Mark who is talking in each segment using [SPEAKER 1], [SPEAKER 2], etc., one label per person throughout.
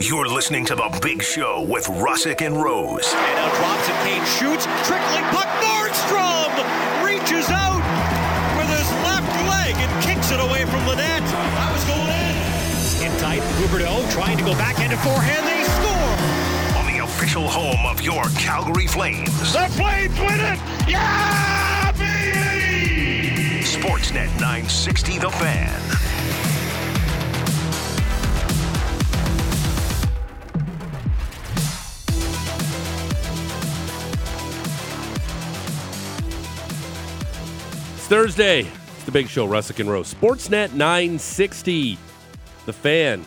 [SPEAKER 1] You're listening to The Big Show with Russick and Rose.
[SPEAKER 2] And now drops and Kane shoots. Trickling puck. Nordstrom reaches out with his left leg and kicks it away from the net. That was going in. In tight. Huberto trying to go backhanded forehand. They score.
[SPEAKER 1] On the official home of your Calgary Flames,
[SPEAKER 3] The Flames win it! Yeah, baby!
[SPEAKER 1] Sportsnet 960 The Fan.
[SPEAKER 4] It's Thursday. It's the big show, Russick and Rose. Sportsnet 960. The fan.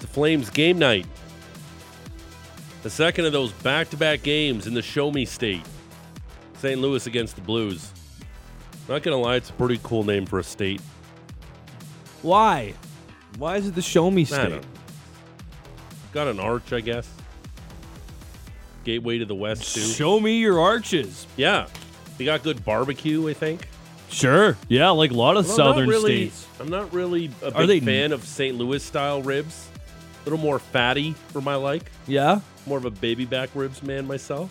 [SPEAKER 4] The Flames game night. The second of those back to back games in the show me state. St. Louis against the Blues. Not going to lie, it's a pretty cool name for a state.
[SPEAKER 5] Why? Why is it the show me
[SPEAKER 4] I
[SPEAKER 5] state?
[SPEAKER 4] don't know. Got an arch, I guess. Gateway to the West, too.
[SPEAKER 5] Show me your arches.
[SPEAKER 4] Yeah. They got good barbecue, I think.
[SPEAKER 5] Sure. Yeah, like a lot of
[SPEAKER 4] Well, I'm not
[SPEAKER 5] southern
[SPEAKER 4] really-
[SPEAKER 5] states.
[SPEAKER 4] I'm not really a
[SPEAKER 5] Are
[SPEAKER 4] big
[SPEAKER 5] they-
[SPEAKER 4] fan of St. Louis style ribs. A little more fatty for my like.
[SPEAKER 5] Yeah.
[SPEAKER 4] More of a baby back ribs man myself.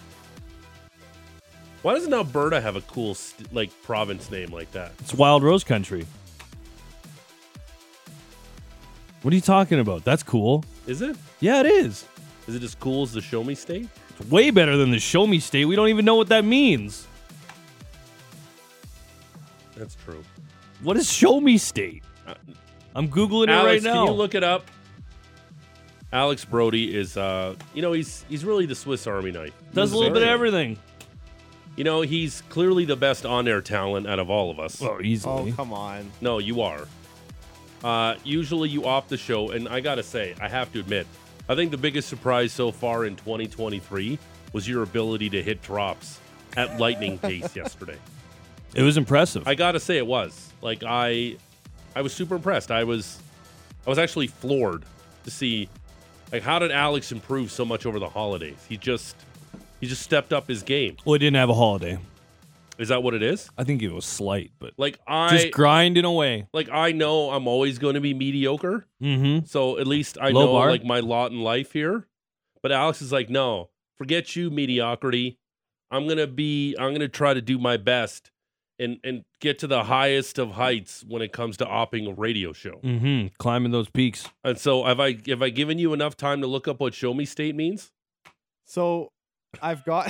[SPEAKER 4] Why doesn't Alberta have a cool st- like province name like that?
[SPEAKER 5] It's wild rose country. What are you talking about? That's cool.
[SPEAKER 4] Is it?
[SPEAKER 5] Yeah, it is.
[SPEAKER 4] Is it as cool as the Show Me State?
[SPEAKER 5] It's way better than the show me state. We don't even know what that means.
[SPEAKER 4] That's true.
[SPEAKER 5] What is show me state? I'm googling it
[SPEAKER 4] Uh, Alex,
[SPEAKER 5] right now.
[SPEAKER 4] can you look it up? Alex Brody is uh you know, he's he's really the Swiss Army knife.
[SPEAKER 5] Does a little bit of everything.
[SPEAKER 4] You know, he's clearly the best on air talent out of all of us.
[SPEAKER 5] Oh, easily.
[SPEAKER 2] come on.
[SPEAKER 4] No, you are. Uh, usually you opt the show, and I gotta say, I have to admit, I think the biggest surprise so far in 2023 was your ability to hit drops at lightning pace yesterday.
[SPEAKER 5] it was impressive.
[SPEAKER 4] I gotta say, it was like I, I was super impressed. I was, I was actually floored to see, like, how did Alex improve so much over the holidays? He just, he just stepped up his game.
[SPEAKER 5] well, it didn't have a holiday.
[SPEAKER 4] Is that what it is?
[SPEAKER 5] I think it was slight, but
[SPEAKER 4] Like I,
[SPEAKER 5] just grinding away.
[SPEAKER 4] like I know I'm always going to be mediocre.
[SPEAKER 5] Mm-hmm.
[SPEAKER 4] So at least I
[SPEAKER 5] Low
[SPEAKER 4] know
[SPEAKER 5] bar?
[SPEAKER 4] like my lot in life here. But Alex is like, no, forget you, mediocrity. I'm gonna be I'm gonna try to do my best and and get to the highest of heights when it comes to opping a radio show.
[SPEAKER 5] Mm-hmm. Climbing those peaks.
[SPEAKER 4] And so have I have I given you enough time to look up what show me state means?
[SPEAKER 6] So I've got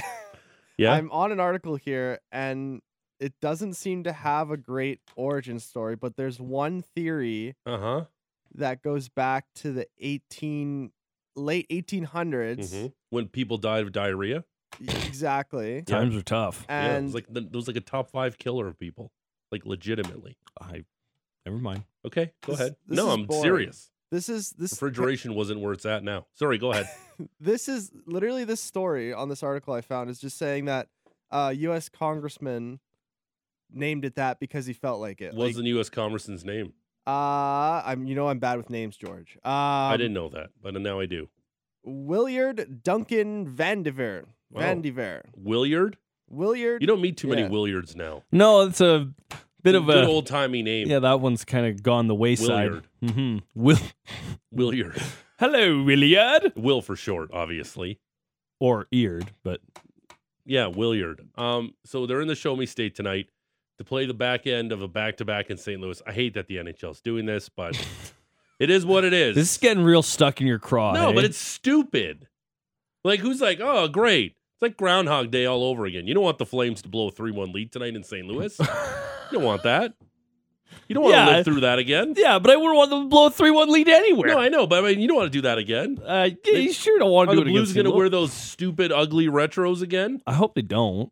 [SPEAKER 6] I'm on an article here and it doesn't seem to have a great origin story, but there's one theory
[SPEAKER 4] Uh-huh.
[SPEAKER 6] that goes back to the 18 late 1800s
[SPEAKER 4] Mhm. When people died of diarrhea.
[SPEAKER 6] y- E, exactly.
[SPEAKER 4] Yeah.
[SPEAKER 5] Times are tough.
[SPEAKER 4] yeah, it
[SPEAKER 6] And
[SPEAKER 4] was like the, it was like a top five killer of people. Like legitimately.
[SPEAKER 5] I never mind.
[SPEAKER 4] Okay, go
[SPEAKER 6] This-
[SPEAKER 4] ahead.
[SPEAKER 6] this
[SPEAKER 4] no,
[SPEAKER 6] is
[SPEAKER 4] I'm
[SPEAKER 6] boring.
[SPEAKER 4] serious.
[SPEAKER 6] this is this
[SPEAKER 4] Refrigeration wasn't where it's at now. Sorry, go ahead.
[SPEAKER 6] this is literally this story on this article I found is just saying that uh US congressman named it that because he felt like it.
[SPEAKER 4] was
[SPEAKER 6] like,
[SPEAKER 4] the U.S. Congressman's name.
[SPEAKER 6] uh I'm you know I'm bad with names, George. Um,
[SPEAKER 4] I didn't know that, but now I do.
[SPEAKER 6] Williard Duncan Vandiver.
[SPEAKER 4] Wow.
[SPEAKER 6] Vandiver.
[SPEAKER 4] Williard?
[SPEAKER 6] Williard.
[SPEAKER 4] You don't meet too many
[SPEAKER 6] Yeah.
[SPEAKER 4] Williards now.
[SPEAKER 5] No, it's a bit of
[SPEAKER 4] good
[SPEAKER 5] a
[SPEAKER 4] old timey name.
[SPEAKER 5] yeah. That one's kind of gone the wayside.
[SPEAKER 4] Williard.
[SPEAKER 5] Mm-hmm. Will.
[SPEAKER 4] Williard.
[SPEAKER 5] Hello, Williard.
[SPEAKER 4] Will for short, obviously.
[SPEAKER 5] Or eared, but
[SPEAKER 4] Yeah, Williard. Um, so they're in the Show Me State tonight to play the back end of a back to back in St. Louis. I hate that the NHL's doing this, but it is what it is.
[SPEAKER 5] this is getting real stuck in your craw.
[SPEAKER 4] no,
[SPEAKER 5] eh?
[SPEAKER 4] but it's stupid. Like who's like, oh great. It's like Groundhog Day all over again. You don't want the Flames to blow a three one lead tonight in St. Louis. you don't want that. You don't want
[SPEAKER 5] Yeah.
[SPEAKER 4] to live through that again.
[SPEAKER 5] yeah. But I wouldn't want them to blow a three-one lead anywhere.
[SPEAKER 4] No, I know, but I mean, you don't want to do that again.
[SPEAKER 5] uh, yeah, you sure don't want
[SPEAKER 4] Are
[SPEAKER 5] to do
[SPEAKER 4] the
[SPEAKER 5] it
[SPEAKER 4] Blues
[SPEAKER 5] against
[SPEAKER 4] going to
[SPEAKER 5] St.
[SPEAKER 4] wear
[SPEAKER 5] Louis.
[SPEAKER 4] those stupid, ugly retros again?
[SPEAKER 5] I hope they don't.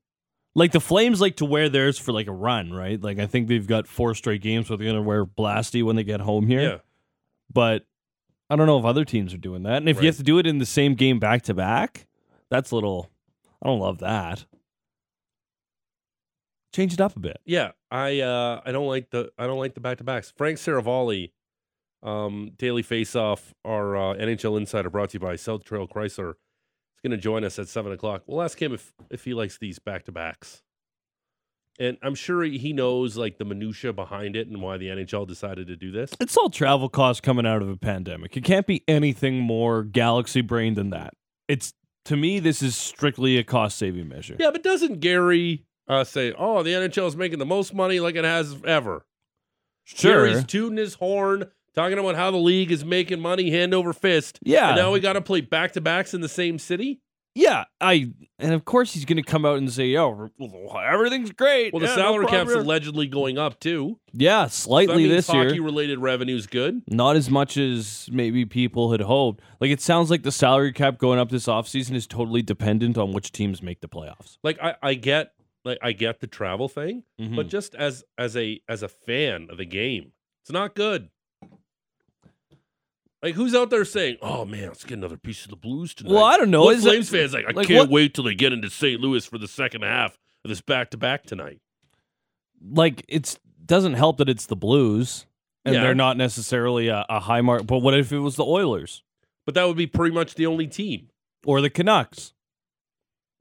[SPEAKER 5] Like the Flames like to wear theirs for like a run, right? Like I think they've got four straight games where they're gonna wear Blasty when they get home here.
[SPEAKER 4] Yeah.
[SPEAKER 5] but I don't know if other teams are doing that. And if
[SPEAKER 4] Right.
[SPEAKER 5] you have to do it in the same game back to back, that's a little. I don't love that. Change it up a bit.
[SPEAKER 4] Yeah, I uh, I don't like the I don't like the back to backs. Frank Saravalli, um, Daily Faceoff, our uh, NHL insider, brought to you by South Trail Chrysler. He's going to join us at seven o'clock. We'll ask him if if he likes these back to backs. And I'm sure he knows like the minutia behind it and why the NHL decided to do this.
[SPEAKER 5] It's all travel costs coming out of a pandemic. It can't be anything more galaxy brain than that. It's to me, this is strictly a cost saving measure.
[SPEAKER 4] Yeah, but doesn't Gary uh, say, "Oh, the NHL is making the most money like it has ever"?
[SPEAKER 5] Sure.
[SPEAKER 4] Gary's tooting his horn, talking about how the league is making money hand over fist.
[SPEAKER 5] Yeah.
[SPEAKER 4] And now we got to play back to backs in the same city.
[SPEAKER 5] Yeah, I and of course he's going to come out and say, "Oh, everything's great."
[SPEAKER 4] Well, the
[SPEAKER 5] Yeah, no
[SPEAKER 4] salary cap's
[SPEAKER 5] problem."
[SPEAKER 4] allegedly going up too. So
[SPEAKER 5] yeah
[SPEAKER 4] that
[SPEAKER 5] slightly
[SPEAKER 4] means
[SPEAKER 5] this year.
[SPEAKER 4] hockey-related revenue's good.
[SPEAKER 5] not as much as maybe people had hoped. Like it sounds like the salary cap going up this offseason is totally dependent on which teams make the playoffs.
[SPEAKER 4] Like I, I get, like I get the travel thing, but
[SPEAKER 5] Mhm.
[SPEAKER 4] just as as a as a fan of the game, it's not good. Like who's out there saying, "Oh man, let's get another piece of the Blues tonight"?
[SPEAKER 5] well, I don't know.
[SPEAKER 4] What
[SPEAKER 5] Is it-
[SPEAKER 4] Flames fans like? I
[SPEAKER 5] like,
[SPEAKER 4] can't
[SPEAKER 5] what-
[SPEAKER 4] wait till they get into St. Louis for the second half of this back to back tonight.
[SPEAKER 5] like it's doesn't help that it's the Blues and
[SPEAKER 4] Yeah.
[SPEAKER 5] they're not necessarily a, a high mark. But what if it was the Oilers
[SPEAKER 4] But that would be pretty much the only team.
[SPEAKER 5] or the Canucks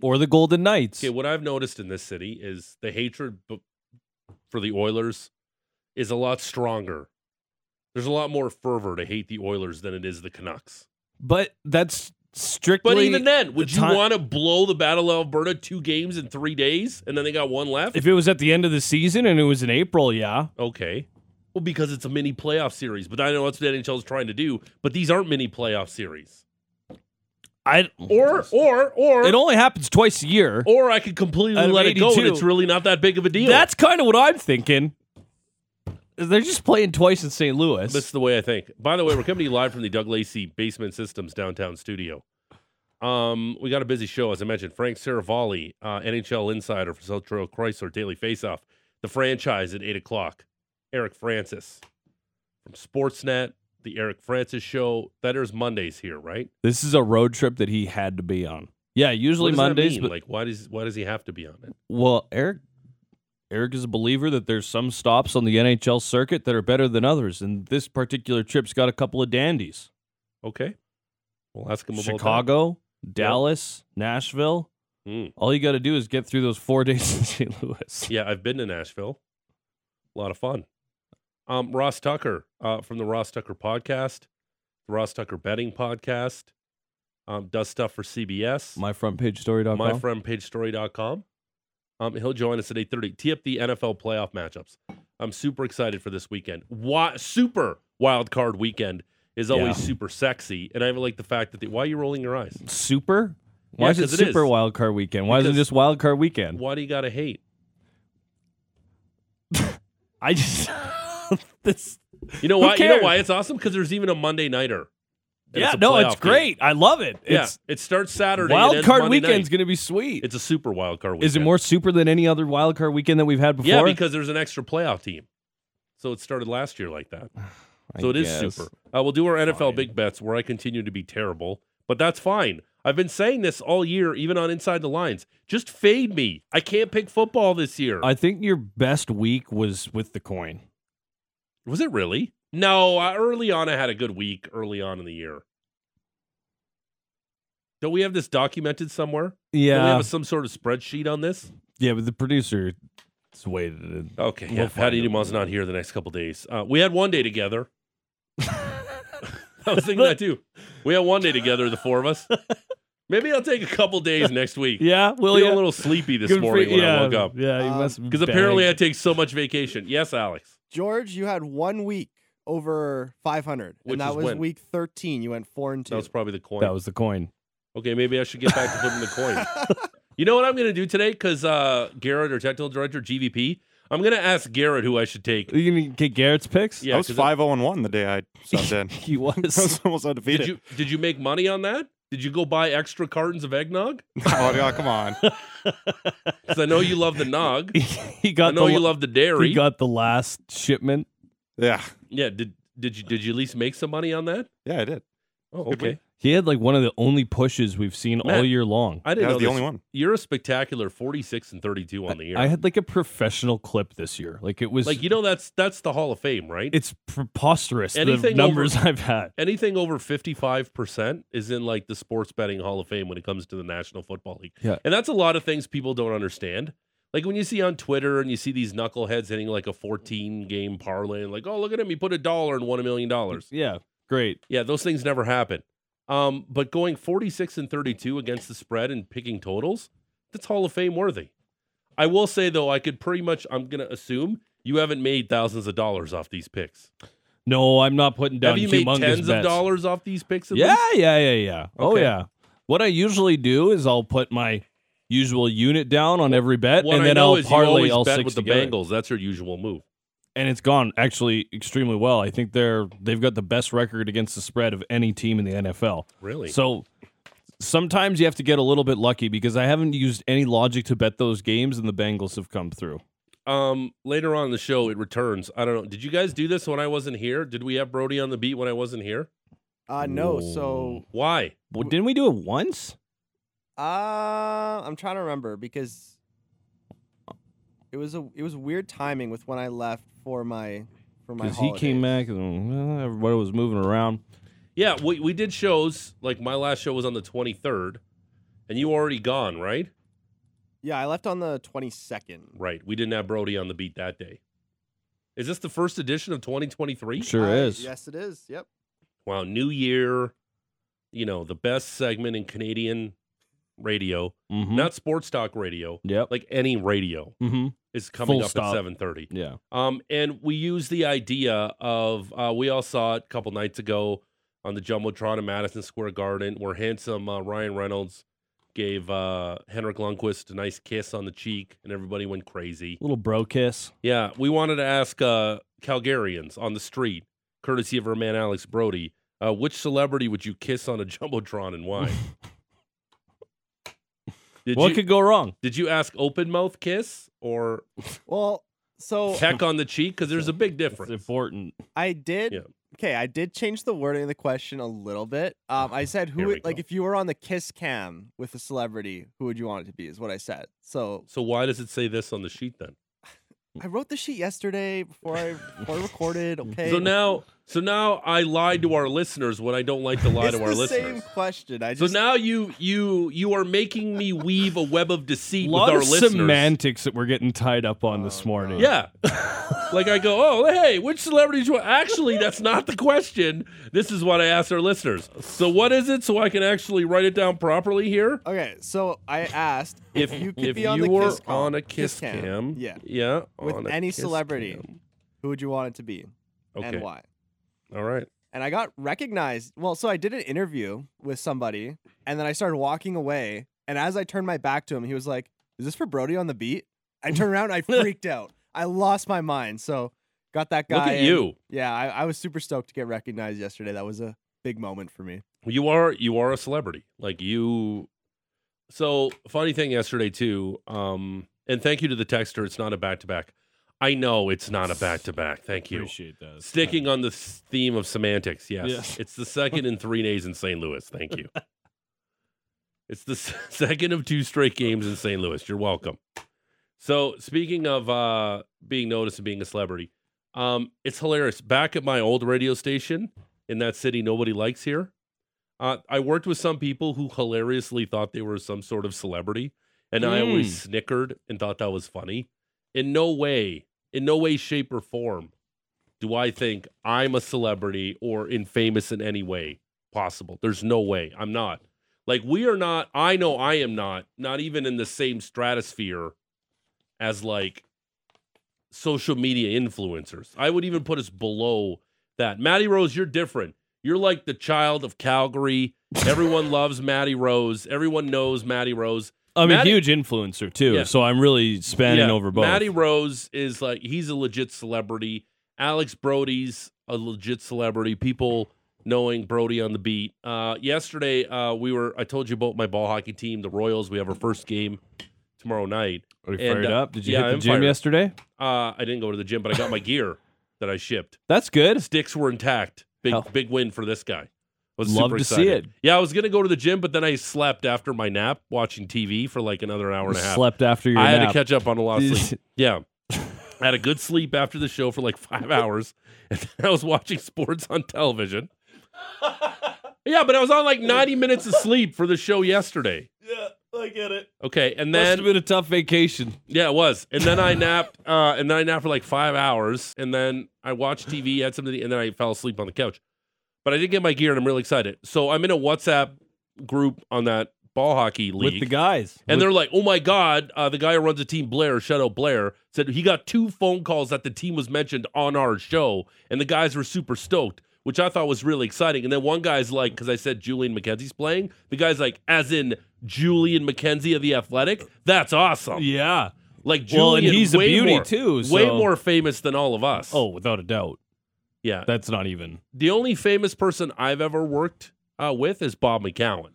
[SPEAKER 5] or the Golden Knights?
[SPEAKER 4] Okay, what I've noticed in this city is the hatred b- for the Oilers is a lot stronger. There's a lot more fervor to hate the Oilers than it is the Canucks.
[SPEAKER 5] But that's strictly.
[SPEAKER 4] But even then, would
[SPEAKER 5] the
[SPEAKER 4] you
[SPEAKER 5] ti-
[SPEAKER 4] want to blow the Battle of Alberta two games in three days and then they got one left?
[SPEAKER 5] if it was at the end of the season and it was in April, yeah.
[SPEAKER 4] okay. Well, because it's a mini playoff series, but I know that's what the NHL is trying to do. But these aren't mini playoff series.
[SPEAKER 5] I
[SPEAKER 4] Or, or, or,
[SPEAKER 5] it only happens twice a year.
[SPEAKER 4] or I could completely
[SPEAKER 5] Out of
[SPEAKER 4] let it go and
[SPEAKER 5] 82.
[SPEAKER 4] it's really not that big of a deal.
[SPEAKER 5] That's kind of what I'm thinking. They're just playing twice in St. Louis.
[SPEAKER 4] That's the way I think. By the way, we're coming to you live from the Doug Lacey Basement Systems downtown studio. Um, we got a busy show, as I mentioned. Frank Saravalli, uh, NHL insider for South Trail Chrysler Daily Faceoff, the franchise at eight o'clock. Eric Francis from Sportsnet, the Eric Francis Show. That is Mondays here, right?
[SPEAKER 5] this is a road trip that he had to be on. Yeah,
[SPEAKER 4] What
[SPEAKER 5] usually
[SPEAKER 4] does that
[SPEAKER 5] Mondays,
[SPEAKER 4] mean?
[SPEAKER 5] but
[SPEAKER 4] like, why does why does he have to be on it?
[SPEAKER 5] well, Eric Eric is a believer that there's some stops on the NHL circuit that are better than others, and this particular trip's got a couple of dandies.
[SPEAKER 4] Okay, we'll ask him about that.
[SPEAKER 5] Chicago, Dallas, Nashville.
[SPEAKER 4] Mm.
[SPEAKER 5] All you got to do is get through those 4 days in St. Louis.
[SPEAKER 4] Yeah, I've been to Nashville. A lot of fun. Um, Ross Tucker uh, from the Ross Tucker podcast, the Ross Tucker betting podcast, um, does stuff for CBS,
[SPEAKER 5] My front page story.com.
[SPEAKER 4] my friend pagestory.com. Um, he'll join us at 8.30. Tee up the NFL playoff matchups. I'm super excited for this weekend. Why, super wild card weekend is always
[SPEAKER 5] Yeah.
[SPEAKER 4] super sexy. And I like the fact that the, why are you rolling your eyes?
[SPEAKER 5] super? Why
[SPEAKER 4] Yeah,
[SPEAKER 5] is it
[SPEAKER 4] 'cause it is.
[SPEAKER 5] super wild card weekend? Why isn't it
[SPEAKER 4] Because-
[SPEAKER 5] just wild card weekend?
[SPEAKER 4] Why do you got to hate?
[SPEAKER 5] I just this.
[SPEAKER 4] You know
[SPEAKER 5] Who
[SPEAKER 4] why? You know
[SPEAKER 5] cares?
[SPEAKER 4] why it's awesome? Because there's even a Monday nighter. And
[SPEAKER 5] yeah,
[SPEAKER 4] a
[SPEAKER 5] no, it's
[SPEAKER 4] playoff game.
[SPEAKER 5] great. I love it. It's
[SPEAKER 4] yeah, it starts Saturday. it
[SPEAKER 5] wild
[SPEAKER 4] ends
[SPEAKER 5] card
[SPEAKER 4] Monday
[SPEAKER 5] weekend's
[SPEAKER 4] night.
[SPEAKER 5] going to be sweet.
[SPEAKER 4] It's a super wild card weekend.
[SPEAKER 5] Is it more super than any other wild card weekend that we've had before?
[SPEAKER 4] Yeah, because there's an extra playoff team. So it started last year like that.
[SPEAKER 5] I
[SPEAKER 4] So it is
[SPEAKER 5] guess.
[SPEAKER 4] super. Uh, we'll do our NFL
[SPEAKER 5] Fine.
[SPEAKER 4] big bets where I continue to be terrible, but that's fine. I've been saying this all year, even on Inside the Lines. Just fade me. I can't pick football this year.
[SPEAKER 5] I think your best week was with the coin.
[SPEAKER 4] Was it really? No, I, early on I had a good week early on in the year. Don't we have this documented somewhere? Don't we
[SPEAKER 5] Yeah,
[SPEAKER 4] have some sort of spreadsheet on this?
[SPEAKER 5] yeah, but the producer is waited. in.
[SPEAKER 4] Okay,
[SPEAKER 5] We'll
[SPEAKER 4] yeah.
[SPEAKER 5] find
[SPEAKER 4] Patty
[SPEAKER 5] it.
[SPEAKER 4] Dumont's not here the next couple days. Uh, we had one day together. I was thinking that too. We had one day together, the four of us. Maybe I'll take a couple days next week.
[SPEAKER 5] Yeah, will
[SPEAKER 4] Feeling
[SPEAKER 5] you?
[SPEAKER 4] a little sleepy this
[SPEAKER 5] Good for
[SPEAKER 4] morning
[SPEAKER 5] you.
[SPEAKER 4] when
[SPEAKER 5] yeah.
[SPEAKER 4] I woke up
[SPEAKER 5] Yeah, you
[SPEAKER 6] Um,
[SPEAKER 5] must
[SPEAKER 4] because apparently I take so much vacation. Yes, Alex.
[SPEAKER 6] George, you had one week over 500,
[SPEAKER 4] Which
[SPEAKER 6] and that
[SPEAKER 4] is
[SPEAKER 6] was
[SPEAKER 4] when?
[SPEAKER 6] week 13. You went four and
[SPEAKER 4] That
[SPEAKER 6] two.
[SPEAKER 4] was probably the coin.
[SPEAKER 5] that was the coin.
[SPEAKER 4] okay, maybe I should get back to flipping the coin. You know what I'm going to do today? Because uh, Garrett, our technical director, GVP, I'm going to ask Garrett who I should take.
[SPEAKER 5] You gonna get Garrett's picks?
[SPEAKER 4] Yeah,
[SPEAKER 7] I was
[SPEAKER 4] 'cause
[SPEAKER 7] five zero and one the day I subbed in.
[SPEAKER 5] he
[SPEAKER 7] I
[SPEAKER 5] was.
[SPEAKER 7] was almost
[SPEAKER 4] Did
[SPEAKER 7] undefeated.
[SPEAKER 4] you did you make money on that? Did you go buy extra cartons of eggnog?
[SPEAKER 7] oh, yeah, come on.
[SPEAKER 4] Because I know you love the nog.
[SPEAKER 5] he
[SPEAKER 4] I
[SPEAKER 5] got
[SPEAKER 4] know
[SPEAKER 5] the
[SPEAKER 4] you
[SPEAKER 5] la-
[SPEAKER 4] love the dairy.
[SPEAKER 5] he got the last shipment.
[SPEAKER 7] Yeah,
[SPEAKER 4] yeah. Did did you did you at least make some money on that?
[SPEAKER 7] yeah, I did.
[SPEAKER 4] Oh,
[SPEAKER 7] Did we?
[SPEAKER 4] okay.
[SPEAKER 5] He had like one of the only pushes we've seen all
[SPEAKER 4] Matt,
[SPEAKER 5] year long.
[SPEAKER 4] I
[SPEAKER 7] That
[SPEAKER 4] didn't
[SPEAKER 7] was
[SPEAKER 4] know
[SPEAKER 7] the
[SPEAKER 4] this.
[SPEAKER 7] only one.
[SPEAKER 4] You're a spectacular 46 and 32 on the year.
[SPEAKER 5] I had like a professional clip this year. Like it was
[SPEAKER 4] like you know that's that's the Hall of Fame, right?
[SPEAKER 5] it's preposterous the
[SPEAKER 4] Anything
[SPEAKER 5] numbers I've had.
[SPEAKER 4] Anything over 55% is in like the sports betting Hall of Fame when it comes to the National Football League.
[SPEAKER 5] Yeah.
[SPEAKER 4] And that's a lot of things people don't understand. Like when you see on Twitter and you see these knuckleheads hitting like a 14 game parlay and like, oh, look at him. He put a dollar and won a million dollars.
[SPEAKER 5] Yeah, great.
[SPEAKER 4] Yeah, those things never happen. Um, but going 46 and 32 against the spread and picking totals, that's Hall of Fame worthy. I will say though, I could pretty much I'm gonna assume you haven't made thousands of dollars off these picks.
[SPEAKER 5] No, I'm not putting down
[SPEAKER 4] Have you made
[SPEAKER 5] humongous
[SPEAKER 4] tens of
[SPEAKER 5] bets.
[SPEAKER 4] dollars off these picks? At
[SPEAKER 5] Yeah,
[SPEAKER 4] least?
[SPEAKER 5] yeah, yeah, yeah. Oh
[SPEAKER 4] Okay.
[SPEAKER 5] yeah. What I usually do is I'll put my usual unit down on every bet,
[SPEAKER 4] What
[SPEAKER 5] and
[SPEAKER 4] I
[SPEAKER 5] then
[SPEAKER 4] know
[SPEAKER 5] I'll
[SPEAKER 4] is you
[SPEAKER 5] parlay
[SPEAKER 4] always
[SPEAKER 5] all
[SPEAKER 4] bet
[SPEAKER 5] six
[SPEAKER 4] with the
[SPEAKER 5] together.
[SPEAKER 4] Bengals. That's your usual move.
[SPEAKER 5] and it's gone actually extremely well. I think they're they've got the best record against the spread of any team in the NFL.
[SPEAKER 4] Really?
[SPEAKER 5] So sometimes you have to get a little bit lucky because I haven't used any logic to bet those games, and the Bengals have come through.
[SPEAKER 4] um, later on in the show, it returns. I don't know. Did you guys do this when I wasn't here? Did we have Brody on the beat when I wasn't here?
[SPEAKER 6] Uh, no,
[SPEAKER 5] Oh.
[SPEAKER 6] so
[SPEAKER 4] Why?
[SPEAKER 5] Well, didn't we do it once?
[SPEAKER 6] Uh, I'm trying to remember because it was a it was weird timing with when I left for my for my
[SPEAKER 5] Because he came
[SPEAKER 6] holidays.
[SPEAKER 5] back and uh, everybody was moving around.
[SPEAKER 4] Yeah, we we did shows. Like my last show was on the 23rd, and you were already gone, right?
[SPEAKER 6] Yeah, I left on the 22nd.
[SPEAKER 4] Right. We didn't have Brody on the beat that day. Is this the first edition of 2023?
[SPEAKER 5] Sure
[SPEAKER 6] I-
[SPEAKER 5] is.
[SPEAKER 6] Yes, it is. Yep.
[SPEAKER 4] Wow, New Year, you know, the best segment in Canadian radio,
[SPEAKER 5] Mhm.
[SPEAKER 4] not sports talk radio,
[SPEAKER 5] Yep.
[SPEAKER 4] like any radio
[SPEAKER 5] hmm
[SPEAKER 4] is coming
[SPEAKER 5] Full
[SPEAKER 4] up
[SPEAKER 5] stop.
[SPEAKER 4] at 7:30.
[SPEAKER 5] Yeah.
[SPEAKER 4] Um and we use the idea of uh we all saw it a couple nights ago on the Jumbotron in Madison Square Garden where handsome uh, Ryan Reynolds gave uh Henrik Lundqvist a nice kiss on the cheek and everybody went crazy.
[SPEAKER 5] Little bro kiss.
[SPEAKER 4] Yeah, we wanted to ask uh, Calgarians on the street, courtesy of our man Alex Brody, uh, which celebrity would you kiss on a jumbotron and why? did
[SPEAKER 5] what
[SPEAKER 4] you
[SPEAKER 5] could go wrong?
[SPEAKER 4] did you ask open mouth kiss or
[SPEAKER 6] Well, so
[SPEAKER 4] peck on the cheek? Because there's a big difference.
[SPEAKER 5] It's important.
[SPEAKER 6] I did.
[SPEAKER 4] Yeah.
[SPEAKER 6] Okay, I did change the wording of the question a little bit. Um, I said
[SPEAKER 4] Here
[SPEAKER 6] who
[SPEAKER 4] we
[SPEAKER 6] would like
[SPEAKER 4] go.
[SPEAKER 6] if you were on the kiss cam with a celebrity, who would you want it to be? Is what I said. So
[SPEAKER 4] So why does it say this on the sheet then? Hmm.
[SPEAKER 6] I wrote the sheet yesterday before I before I recorded. Okay.
[SPEAKER 4] So now, so now I lied to our listeners when I don't like to lie
[SPEAKER 6] it's
[SPEAKER 4] to our
[SPEAKER 6] the
[SPEAKER 4] listeners.
[SPEAKER 6] same question. I
[SPEAKER 4] So
[SPEAKER 6] just
[SPEAKER 4] now you you you are making me weave a web of deceit
[SPEAKER 5] lot
[SPEAKER 4] with our
[SPEAKER 5] of
[SPEAKER 4] listeners.
[SPEAKER 5] semantics that we're getting tied up on this morning.
[SPEAKER 4] Yeah. like I go, oh hey, which celebrities? You want? Actually, that's not the question. This is what I asked our listeners. So what is it? So I can actually write it down properly here.
[SPEAKER 6] Okay, so I asked
[SPEAKER 4] If
[SPEAKER 6] if you could
[SPEAKER 4] if
[SPEAKER 6] be on
[SPEAKER 4] you
[SPEAKER 6] the
[SPEAKER 4] were
[SPEAKER 6] kiss cam,
[SPEAKER 4] on a kiss, cam,
[SPEAKER 6] yeah,
[SPEAKER 4] yeah,
[SPEAKER 6] With
[SPEAKER 4] on a
[SPEAKER 6] any
[SPEAKER 4] kiss
[SPEAKER 6] celebrity.
[SPEAKER 4] cam.
[SPEAKER 6] who would you want it to be
[SPEAKER 4] Okay.
[SPEAKER 6] and why?
[SPEAKER 4] All right.
[SPEAKER 6] And I got recognized. Well, so I did an interview with somebody, and then I started walking away. And as I turned my back to him, he was like, "Is this for Brody on the beat?" I turned around, I freaked out. I lost my mind. So got that guy.
[SPEAKER 4] Look at
[SPEAKER 6] in.
[SPEAKER 4] you.
[SPEAKER 6] Yeah, I, I was super stoked to get recognized yesterday. That was a big moment for me.
[SPEAKER 4] You are you are a celebrity. Like you. So funny thing yesterday too. Um, and thank you to the texter. It's not a back to back. I know it's not a back to back. Thank you.
[SPEAKER 5] Appreciate that.
[SPEAKER 4] Sticking on the s- theme of semantics, yes.
[SPEAKER 5] Yes.
[SPEAKER 4] It's the second in three days in St. Louis. Thank you. it's the s- second of two straight games in St. Louis. You're welcome. So, speaking of uh, being noticed and being a celebrity, um, it's hilarious. Back at my old radio station in that city nobody likes here, uh, I worked with some people who hilariously thought they were some sort of celebrity. And I
[SPEAKER 5] Mm.
[SPEAKER 4] always snickered and thought that was funny. In no way, in no way, shape, or form do I think I'm a celebrity or infamous in any way possible. There's no way. I'm not. Like we are not, I know I am not, not even in the same stratosphere as like social media influencers. I would even put us below that. Maddie Rose, you're different. You're like the child of Calgary. Everyone loves Maddie Rose. Everyone knows Maddie Rose.
[SPEAKER 5] I'm
[SPEAKER 4] Maddie-
[SPEAKER 5] a huge influencer too,
[SPEAKER 4] Yeah.
[SPEAKER 5] so I'm really spanning
[SPEAKER 4] Yeah,
[SPEAKER 5] over both.
[SPEAKER 4] Matty Rose is like he's a legit celebrity. Alex Brody's a legit celebrity. People knowing Brody on the beat. Uh, yesterday, uh, we were I told you about my ball hockey team, the Royals. We have our first game tomorrow night.
[SPEAKER 5] Are you
[SPEAKER 4] and,
[SPEAKER 5] fired
[SPEAKER 4] uh,
[SPEAKER 5] up? Did you
[SPEAKER 4] yeah,
[SPEAKER 5] hit the
[SPEAKER 4] I'm
[SPEAKER 5] gym
[SPEAKER 4] fired up.
[SPEAKER 5] yesterday?
[SPEAKER 4] Uh, I didn't go to the gym, but I got my gear that I shipped.
[SPEAKER 5] That's good.
[SPEAKER 4] Sticks were intact. Big
[SPEAKER 5] Hell.
[SPEAKER 4] big win for this guy. I Was
[SPEAKER 5] Love
[SPEAKER 4] super
[SPEAKER 5] to see
[SPEAKER 4] excited.
[SPEAKER 5] it.
[SPEAKER 4] Yeah, I was gonna go to the gym, but then I slept after my nap watching TV for like another hour
[SPEAKER 5] You
[SPEAKER 4] and a half.
[SPEAKER 5] slept after your
[SPEAKER 4] I had
[SPEAKER 5] nap.
[SPEAKER 4] to catch up on a lot of sleep. Yeah. I had a good sleep after the show for like five hours, and then I was watching sports on television. yeah, but I was on like 90 minutes of sleep for the show yesterday.
[SPEAKER 5] yeah, like get it.
[SPEAKER 4] Okay, and
[SPEAKER 5] Must
[SPEAKER 4] then
[SPEAKER 5] have been a tough vacation.
[SPEAKER 4] Yeah, it was. And then I napped, uh, and then I napped for like five hours, and then I watched TV, had something, to eat, and then I fell asleep on the couch. But I did get my gear, and I'm really excited. So I'm in a WhatsApp group on that ball hockey league,
[SPEAKER 5] With the guys.
[SPEAKER 4] and
[SPEAKER 5] With-
[SPEAKER 4] they're like, "Oh my god, uh, the guy who runs the team, Blair, shout out Blair, said he got two phone calls that the team was mentioned on our show, and the guys were super stoked." Which I thought was really exciting. And then one guy's like, because I said Julian McKenzie's playing, the guy's like, as in Julian McKenzie of The Athletic? That's awesome.
[SPEAKER 5] yeah.
[SPEAKER 4] Like Julian,
[SPEAKER 5] Well, and he's a
[SPEAKER 4] way
[SPEAKER 5] beauty
[SPEAKER 4] more,
[SPEAKER 5] too,
[SPEAKER 4] Way
[SPEAKER 5] so-
[SPEAKER 4] more famous than all of us.
[SPEAKER 5] Oh, without a doubt.
[SPEAKER 4] yeah.
[SPEAKER 5] That's not even.
[SPEAKER 4] The only famous person I've ever worked uh, with is Bob McCowan.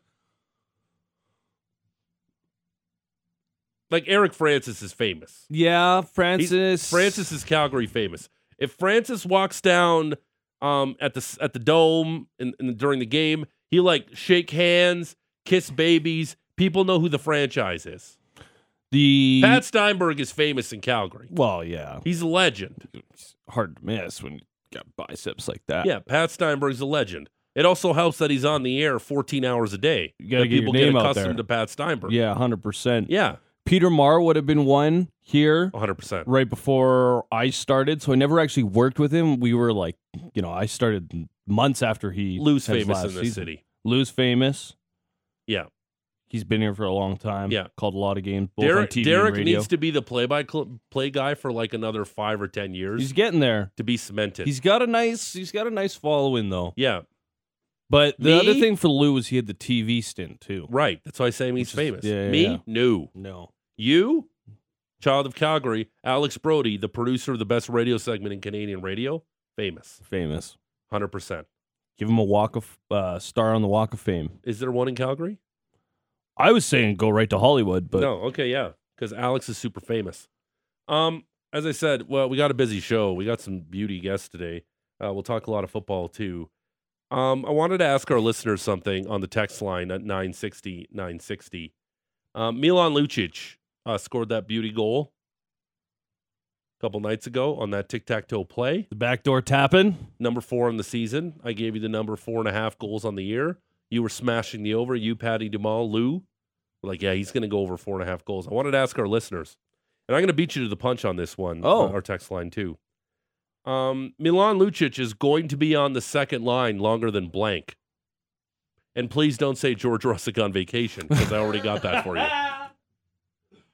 [SPEAKER 4] Like Eric Francis is famous.
[SPEAKER 5] Yeah, Francis.
[SPEAKER 4] Francis is Calgary famous. If Francis walks down um, at the at the dome and, and during the game, he like shake hands, kiss babies. People know who the franchise is.
[SPEAKER 5] The
[SPEAKER 4] Pat Steinberg is famous in Calgary.
[SPEAKER 5] well, yeah,
[SPEAKER 4] He's a legend.
[SPEAKER 5] hard to miss when you got biceps like that.
[SPEAKER 4] Yeah, Pat Steinberg's a legend. It also helps that he's on the air 14 hours a day.
[SPEAKER 5] You gotta
[SPEAKER 4] that
[SPEAKER 5] get your
[SPEAKER 4] people
[SPEAKER 5] name
[SPEAKER 4] get
[SPEAKER 5] out
[SPEAKER 4] accustomed to
[SPEAKER 5] there.
[SPEAKER 4] Pat Steinberg.
[SPEAKER 5] yeah, hundred percent.
[SPEAKER 4] yeah, Oh,
[SPEAKER 5] Peter Marr would have been one here
[SPEAKER 4] 100. percent
[SPEAKER 5] right before I started, so I never actually worked with him. We were like, you know, I started months after he
[SPEAKER 4] Lou's
[SPEAKER 5] had his
[SPEAKER 4] famous
[SPEAKER 5] last
[SPEAKER 4] in this
[SPEAKER 5] season.
[SPEAKER 4] city.
[SPEAKER 5] Lou's famous.
[SPEAKER 4] Yeah.
[SPEAKER 5] he's been here for a long time.
[SPEAKER 4] Yeah.
[SPEAKER 5] called a lot of games. Both on
[SPEAKER 4] Derek,
[SPEAKER 5] TV
[SPEAKER 4] Derek
[SPEAKER 5] and radio.
[SPEAKER 4] needs to be the play-by-play guy for like another five or ten years
[SPEAKER 5] He's getting there.
[SPEAKER 4] to be cemented.
[SPEAKER 5] He's got a nice. He's got a nice following though.
[SPEAKER 4] yeah,
[SPEAKER 5] But the
[SPEAKER 4] Me?
[SPEAKER 5] other thing for Lou was he had the TV stint too.
[SPEAKER 4] right. That's why I say he's
[SPEAKER 5] Which is-
[SPEAKER 4] famous.
[SPEAKER 5] yeah, yeah,
[SPEAKER 4] Me,
[SPEAKER 5] yeah.
[SPEAKER 4] no.
[SPEAKER 5] No.
[SPEAKER 4] You, child of Calgary, Alex Brody, the producer of the best radio segment in Canadian radio, famous,
[SPEAKER 5] Famous.
[SPEAKER 4] 100. percent
[SPEAKER 5] Give him a walk of uh, star on the Walk of Fame.
[SPEAKER 4] Is there one in Calgary?
[SPEAKER 5] I was saying go right to Hollywood, but
[SPEAKER 4] no, okay, yeah, because Alex is super famous. Um, as I said, well, we got a busy show. We got some beauty guests today. Uh, we'll talk a lot of football too. Um, I wanted to ask our listeners something on the text line at 960 960. Um, Milan Lucic uh, scored that beauty goal a couple nights ago on that tic tac toe play
[SPEAKER 5] the backdoor tapping.
[SPEAKER 4] number four on the season. I gave you the number four and a half goals on the year. You were smashing the over. You, Patty Dumal, Lou, were like, yeah, he's going to go over four and a half goals. I wanted to ask our listeners, and I'm going to beat you to the punch on this one.
[SPEAKER 5] Oh.
[SPEAKER 4] on our text line too. Um, Milan Lucic is going to be on the second line longer than blank. And please don't say George Russick on vacation because I already got that for you.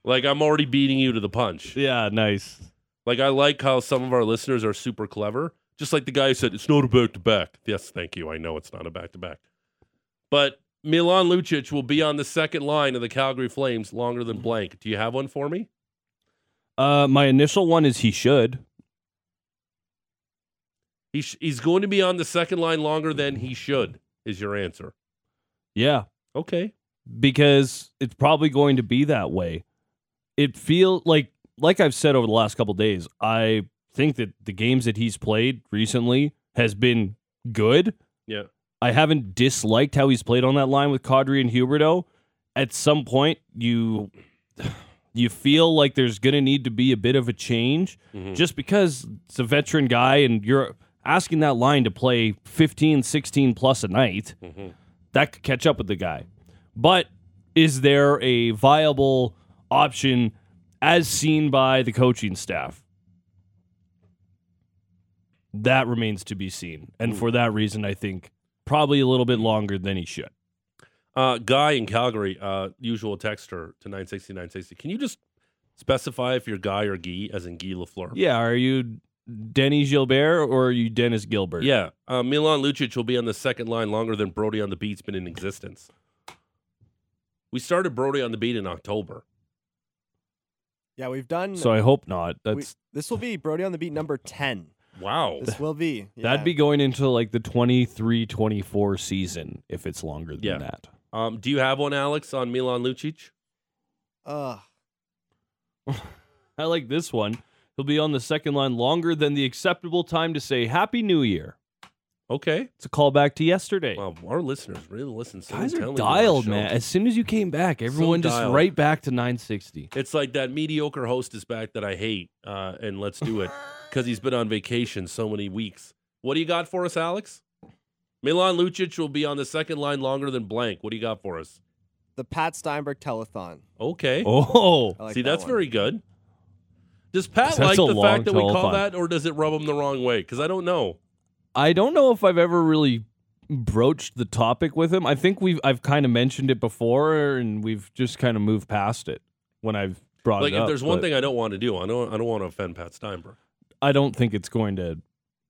[SPEAKER 4] Like I'm already beating you to the punch.
[SPEAKER 5] Yeah, nice.
[SPEAKER 4] Like I like how some of our listeners are super clever. Just like the guy who said it's not a back to back. Yes, thank you. I know it's not a back to back. But Milan Lucic will be on the second line of the Calgary Flames longer than blank. Do you have one for me?
[SPEAKER 5] Uh, my initial one is he should.
[SPEAKER 4] He sh- he's going to be on the second line longer than he should. Is your answer
[SPEAKER 5] Yeah,
[SPEAKER 4] okay?
[SPEAKER 5] because it's probably going to be that way. It feel like like I've said over the last couple days, I think that the games that he's played recently has been good.
[SPEAKER 4] Yeah.
[SPEAKER 5] I haven't disliked how he's played on that line with Kadri and Huberto. At some point you you feel like there's going to need to be a bit of a change just because it's a veteran guy and you're asking that line to play 15 16 plus a night that could catch up with the guy. But is there a viable option as seen by the coaching staff? That remains to be seen. And for that reason, I think probably a little bit longer than he should.
[SPEAKER 4] Uh, guy in Calgary, uh, usual texter to nine sixty nine sixty. Can you just specify if you're guy or Guy, as in Guy Lafleur?
[SPEAKER 5] Yeah, are you Denny Gilbert or are you Dennis Gilbert?
[SPEAKER 4] Yeah, uh, Milan Lucic will be on the second line longer than Brody on the beat's been in existence. We started Brody on the beat in October.
[SPEAKER 6] Yeah, we've done.
[SPEAKER 5] So I hope not.
[SPEAKER 6] we-
[SPEAKER 5] That's
[SPEAKER 6] this will be Brody on the beat number ten.
[SPEAKER 4] Wow.
[SPEAKER 6] This will be.
[SPEAKER 5] that'd be
[SPEAKER 6] yeah.
[SPEAKER 5] going into like the 23-24 season if it's longer than
[SPEAKER 4] Yeah.
[SPEAKER 5] that.
[SPEAKER 4] Um, do you have one, Alex, on Milan Lucic?
[SPEAKER 6] Ugh.
[SPEAKER 5] I like this one. He'll be on the second line longer than the acceptable time to say Happy New Year.
[SPEAKER 4] Okay.
[SPEAKER 5] It's a callback to yesterday.
[SPEAKER 4] Wow, our listeners really listen. So
[SPEAKER 5] Guys are
[SPEAKER 4] intently to our
[SPEAKER 5] dialed,
[SPEAKER 4] show.
[SPEAKER 5] man. As soon as you came back, everyone just
[SPEAKER 4] dialed.
[SPEAKER 5] right back to 960.
[SPEAKER 4] It's like that mediocre host is back that I hate, uh, and let's do it because he's been on vacation so many weeks. What do you got for us, Alex? Milan Lucic will be on the second line longer than blank. What do you got for us?
[SPEAKER 6] The Pat Steinberg telethon.
[SPEAKER 4] Okay.
[SPEAKER 5] Oh,
[SPEAKER 6] I like
[SPEAKER 4] See,
[SPEAKER 6] that
[SPEAKER 4] that's
[SPEAKER 6] one.
[SPEAKER 4] very good. Does Pat
[SPEAKER 5] That's
[SPEAKER 4] like
[SPEAKER 5] a
[SPEAKER 4] the
[SPEAKER 5] long
[SPEAKER 4] fact that we call
[SPEAKER 5] telephone.
[SPEAKER 4] that, or does it rub him the wrong way? Because I don't know.
[SPEAKER 5] I don't know if I've ever really broached the topic with him. I think we've I've kind of mentioned it before, and we've just kind of moved past it when I've brought
[SPEAKER 4] Like,
[SPEAKER 5] it
[SPEAKER 4] if
[SPEAKER 5] up.
[SPEAKER 4] there's one
[SPEAKER 5] but
[SPEAKER 4] thing I don't want to do, I don't, I don't want to offend Pat Steinberg.
[SPEAKER 5] I don't think it's going to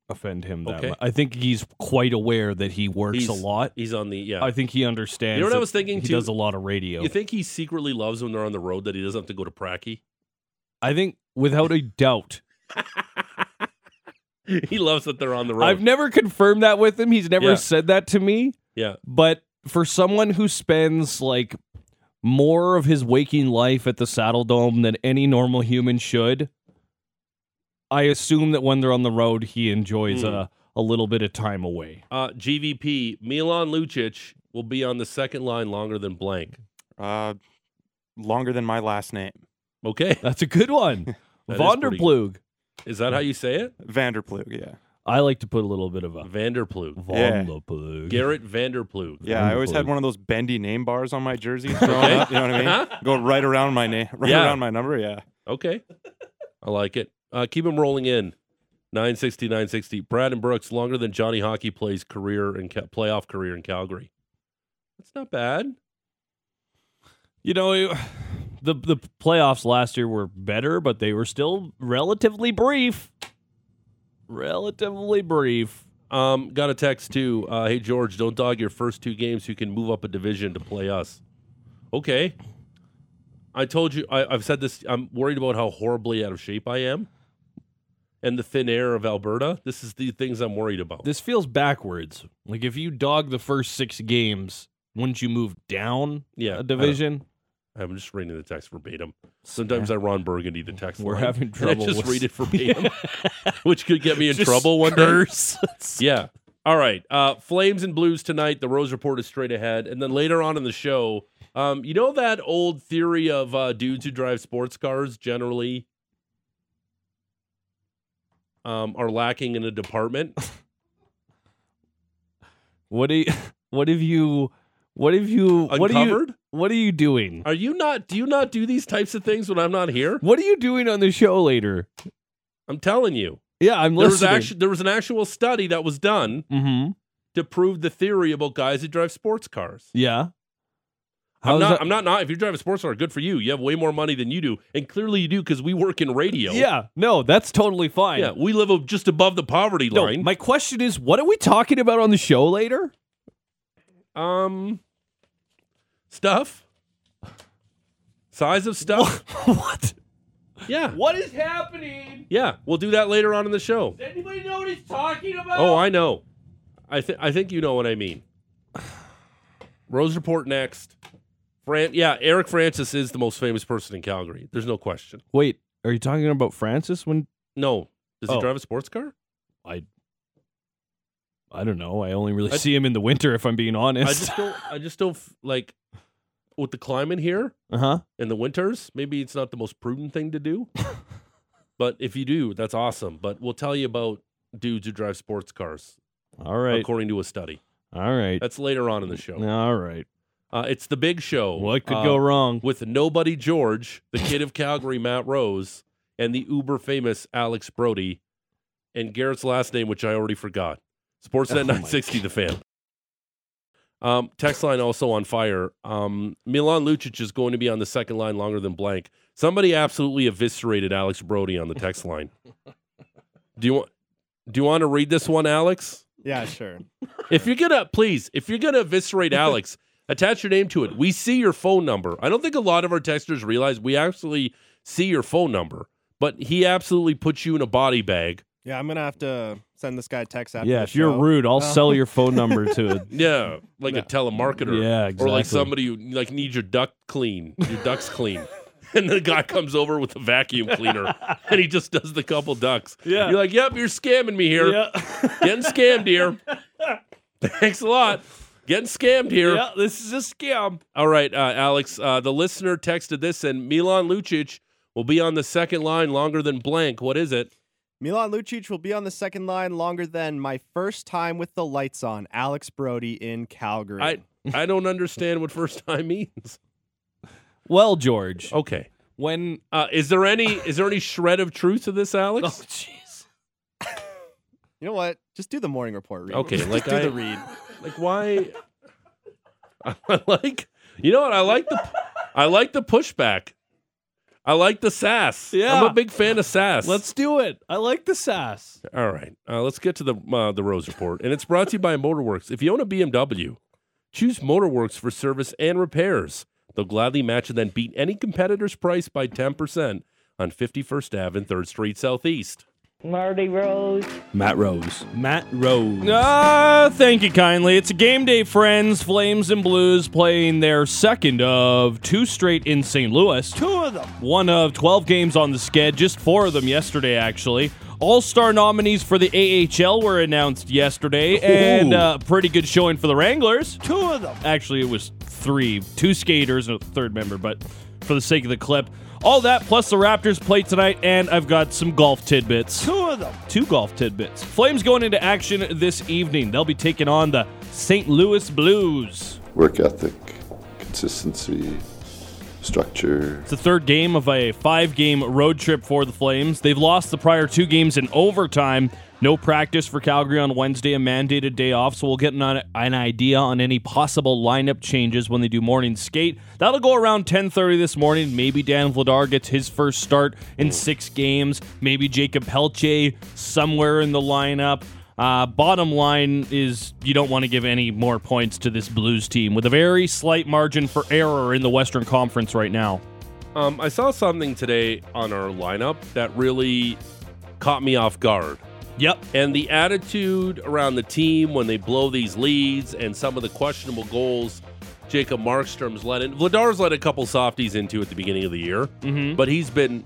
[SPEAKER 5] offend him that
[SPEAKER 4] Okay.
[SPEAKER 5] much. I think he's quite aware that he works
[SPEAKER 4] He's-
[SPEAKER 5] a lot.
[SPEAKER 4] He's on the yeah.
[SPEAKER 5] I think he understands.
[SPEAKER 4] You know what I
[SPEAKER 5] that
[SPEAKER 4] was thinking,
[SPEAKER 5] He
[SPEAKER 4] too?
[SPEAKER 5] does a lot of radio.
[SPEAKER 4] you think he secretly loves when they're on the road that he doesn't have to go to Pracky?
[SPEAKER 5] I think, without a doubt,
[SPEAKER 4] he loves that they're on the road.
[SPEAKER 5] I've never confirmed that with him. He's never
[SPEAKER 4] Yeah.
[SPEAKER 5] said that to me.
[SPEAKER 4] yeah,
[SPEAKER 5] But for someone who spends like more of his waking life at the Saddle Dome than any normal human should, I assume that when they're on the road, he enjoys
[SPEAKER 4] Mm.
[SPEAKER 5] a, a little bit of time away.
[SPEAKER 4] uh, GVP Milan Lucic will be on the second line longer than blank.
[SPEAKER 7] Uh, longer than my last name,
[SPEAKER 4] Okay,
[SPEAKER 5] That's a good one.
[SPEAKER 4] That is
[SPEAKER 5] Vonderplug.
[SPEAKER 4] is that how you say it?
[SPEAKER 7] Vanderplug. Yeah,
[SPEAKER 5] I like to put a little bit of a
[SPEAKER 4] Vanderplug.
[SPEAKER 7] Yeah.
[SPEAKER 5] Vonderplug.
[SPEAKER 4] Garrett Vanderplug.
[SPEAKER 7] yeah. I always had
[SPEAKER 5] Vanderplug.
[SPEAKER 7] one of those bendy name bars on my jerseys growing up. You know what I
[SPEAKER 4] Uh-huh.
[SPEAKER 7] mean? Go right around my name, right
[SPEAKER 4] Yeah.
[SPEAKER 7] around my number. Uh-huh. Yeah.
[SPEAKER 4] Okay. I like it. Uh, keep them rolling in. 960, 960. Brad and Brooks, longer than Johnny Hockey plays career and ca- playoff career in Calgary. That's not bad.
[SPEAKER 5] You know, it- the the playoffs last year were better, but they were still relatively brief. Relatively brief.
[SPEAKER 4] Um, got a text too. Uh, hey George, don't dog your first two games. You can move up a division to play us. Okay. I told you. I, I've said this. I'm worried about how horribly out of shape I am, and the thin air of Alberta. This is the things I'm worried about.
[SPEAKER 5] This feels backwards. Like if you dog the first six games, wouldn't you move down
[SPEAKER 4] yeah, I
[SPEAKER 5] a
[SPEAKER 4] don't-
[SPEAKER 5] division?
[SPEAKER 4] I'm just reading the text verbatim. Sometimes I Ron Burgundy the text.
[SPEAKER 5] We're
[SPEAKER 4] line,
[SPEAKER 5] having
[SPEAKER 4] And I
[SPEAKER 5] trouble
[SPEAKER 4] just
[SPEAKER 5] with-
[SPEAKER 4] read it verbatim, which could get me in
[SPEAKER 5] Just
[SPEAKER 4] trouble one
[SPEAKER 5] curse.
[SPEAKER 4] day. Yeah. All right. Uh, Flames and Blues tonight. The Rose Report is straight ahead, and then later on in the show, um, you know that old theory of uh, dudes who drive sports cars generally um, are lacking in a department.
[SPEAKER 5] What do you, what have you what have you what are you
[SPEAKER 4] Uncovered?
[SPEAKER 5] what are you doing?
[SPEAKER 4] Are you not? Do you not do these types of things when I'm not here?
[SPEAKER 5] What are you doing on the show later?
[SPEAKER 4] I'm telling you.
[SPEAKER 5] Yeah, I'm
[SPEAKER 4] There was
[SPEAKER 5] listening.
[SPEAKER 4] actually there was an actual study that was done.
[SPEAKER 5] mm-hmm.
[SPEAKER 4] to prove the theory about guys who drive sports cars.
[SPEAKER 5] Yeah.
[SPEAKER 4] I'm
[SPEAKER 5] How's
[SPEAKER 4] not,
[SPEAKER 5] that-
[SPEAKER 4] I'm not, not, if you drive a sports car, good for you. You have way more money than you do. And clearly you do because we work in radio.
[SPEAKER 5] Yeah, no, that's totally fine.
[SPEAKER 4] Yeah. We live ab- just above the poverty
[SPEAKER 5] No,
[SPEAKER 4] line.
[SPEAKER 5] my question is, what are we talking about on the show later?
[SPEAKER 4] um, stuff. Size of stuff.
[SPEAKER 5] what?
[SPEAKER 4] Yeah.
[SPEAKER 5] What is happening?
[SPEAKER 4] Yeah. We'll do that later on in the show.
[SPEAKER 5] Does anybody know what he's talking about?
[SPEAKER 4] Oh, I know. I, th- I think you know what I mean. Rose Report next. Fran- yeah, Eric Francis is the most famous person in Calgary. There's no question.
[SPEAKER 5] Wait, are you talking about Francis? When
[SPEAKER 4] No. Does he
[SPEAKER 5] Oh.
[SPEAKER 4] drive a sports car?
[SPEAKER 5] I don't know. I only really
[SPEAKER 4] I-
[SPEAKER 5] see him in the winter, if I'm being
[SPEAKER 4] I
[SPEAKER 5] honest.
[SPEAKER 4] just don't. I just don't f- like with the climate here
[SPEAKER 5] Uh huh.
[SPEAKER 4] in the winters. Maybe it's not the most prudent thing to do, but if you do, that's awesome. But we'll tell you about dudes who drive sports cars,
[SPEAKER 5] All right.
[SPEAKER 4] according to a study.
[SPEAKER 5] All right.
[SPEAKER 4] That's later on in the show.
[SPEAKER 5] All right.
[SPEAKER 4] Uh, it's the big show.
[SPEAKER 5] What could
[SPEAKER 4] uh,
[SPEAKER 5] go wrong?
[SPEAKER 4] with nobody George, the kid of Calgary, Matt Rose, and the uber famous Alex Brody, and Garrett's last name, which I already forgot. Sportsnet 960, the fan. Um, text line also on fire. Um, Milan Lucic is going to be on the second line longer than blank. Somebody absolutely eviscerated Alex Brody on the text line. Do you want? Do you want to read this one, Alex?
[SPEAKER 6] Yeah, sure.
[SPEAKER 4] If you're gonna, please, if you're gonna eviscerate Alex, attach your name to it. We see your phone number. I don't think a lot of our texters realize we actually see your phone number, but he absolutely puts you in a body bag.
[SPEAKER 6] Yeah, I'm gonna have to send this guy a text after.
[SPEAKER 5] yeah,
[SPEAKER 6] the
[SPEAKER 5] if you're
[SPEAKER 6] show.
[SPEAKER 5] rude, I'll
[SPEAKER 6] Oh.
[SPEAKER 5] sell your phone number to.
[SPEAKER 4] Yeah, like a telemarketer.
[SPEAKER 5] yeah, exactly.
[SPEAKER 4] Or like somebody who like needs your duck clean, your ducks clean. And the guy comes over with a vacuum cleaner and he just does the couple ducks.
[SPEAKER 5] Yeah.
[SPEAKER 4] You're like, yep, you're scamming me here.
[SPEAKER 5] Yeah.
[SPEAKER 4] Getting scammed here. Thanks a lot. Getting scammed here.
[SPEAKER 5] yeah, this is a scam.
[SPEAKER 4] All right, uh, Alex. Uh, the listener texted this, and Milan Lucic will be on the second line longer than blank. What is it?
[SPEAKER 6] Milan Lucic will be on the second line longer than my first time with the lights on. Alex Brody in Calgary.
[SPEAKER 4] I I don't understand what first time means.
[SPEAKER 5] Well, George,
[SPEAKER 4] Okay.
[SPEAKER 5] when
[SPEAKER 4] Uh, is there any is there any shred of truth to this,
[SPEAKER 5] oh
[SPEAKER 4] Alex?
[SPEAKER 5] jeez,
[SPEAKER 6] you know what? Just do the morning report read.
[SPEAKER 4] Okay,
[SPEAKER 6] Just
[SPEAKER 4] like
[SPEAKER 6] do
[SPEAKER 4] I-
[SPEAKER 6] the read.
[SPEAKER 4] Like why? I like you know what I like the I like the pushback. I like the sass.
[SPEAKER 5] Yeah.
[SPEAKER 4] I'm a big fan of sass.
[SPEAKER 5] let's do it. I like the sass.
[SPEAKER 4] All right, uh, let's get to the uh, the Rose report, and it's brought to you by Motorworks. If you own a BMW, choose Motorworks for service and repairs. They'll gladly match and then beat any competitor's price by ten percent on Fifty First Ave and Third Street Southeast.
[SPEAKER 8] Marty Rose.
[SPEAKER 5] Matt Rose. Matt Rose. Ah, thank you kindly. It's a game day, friends. Flames and Blues playing their second of two straight in St. Louis. Two of them. One of 12 games on the sked, just four of them yesterday, actually. All star nominees for the AHL were announced yesterday, and uh, pretty good showing for the Wranglers. Two of them. Actually, it was three. Two skaters and a third member, but for the sake of the clip. All that plus the Raptors play tonight, and I've got some golf tidbits. Two of them. Two golf tidbits. Flames going into action this evening. They'll be taking on the St. Louis Blues.
[SPEAKER 9] work ethic, consistency, structure.
[SPEAKER 5] It's the third game of a five game road trip for the Flames. They've lost the prior two games in overtime. No practice for Calgary on Wednesday, a mandated day off, so we'll get an, an idea on any possible lineup changes when they do morning skate. That'll go around 10.30 this morning. Maybe Dan Vladar gets his first start in six games. Maybe Jacob Pelche somewhere in the lineup. Uh, bottom line is you don't want to give any more points to this Blues team with a very slight margin for error in the Western Conference right now.
[SPEAKER 4] Um, I saw something today on our lineup that really caught me off guard.
[SPEAKER 5] Yep.
[SPEAKER 4] And the attitude around the team when they blow these leads and some of the questionable goals Jacob Markstrom's let in. Vladar's let a couple softies into at the beginning of the year,
[SPEAKER 5] Mm-hmm.
[SPEAKER 4] but he's been,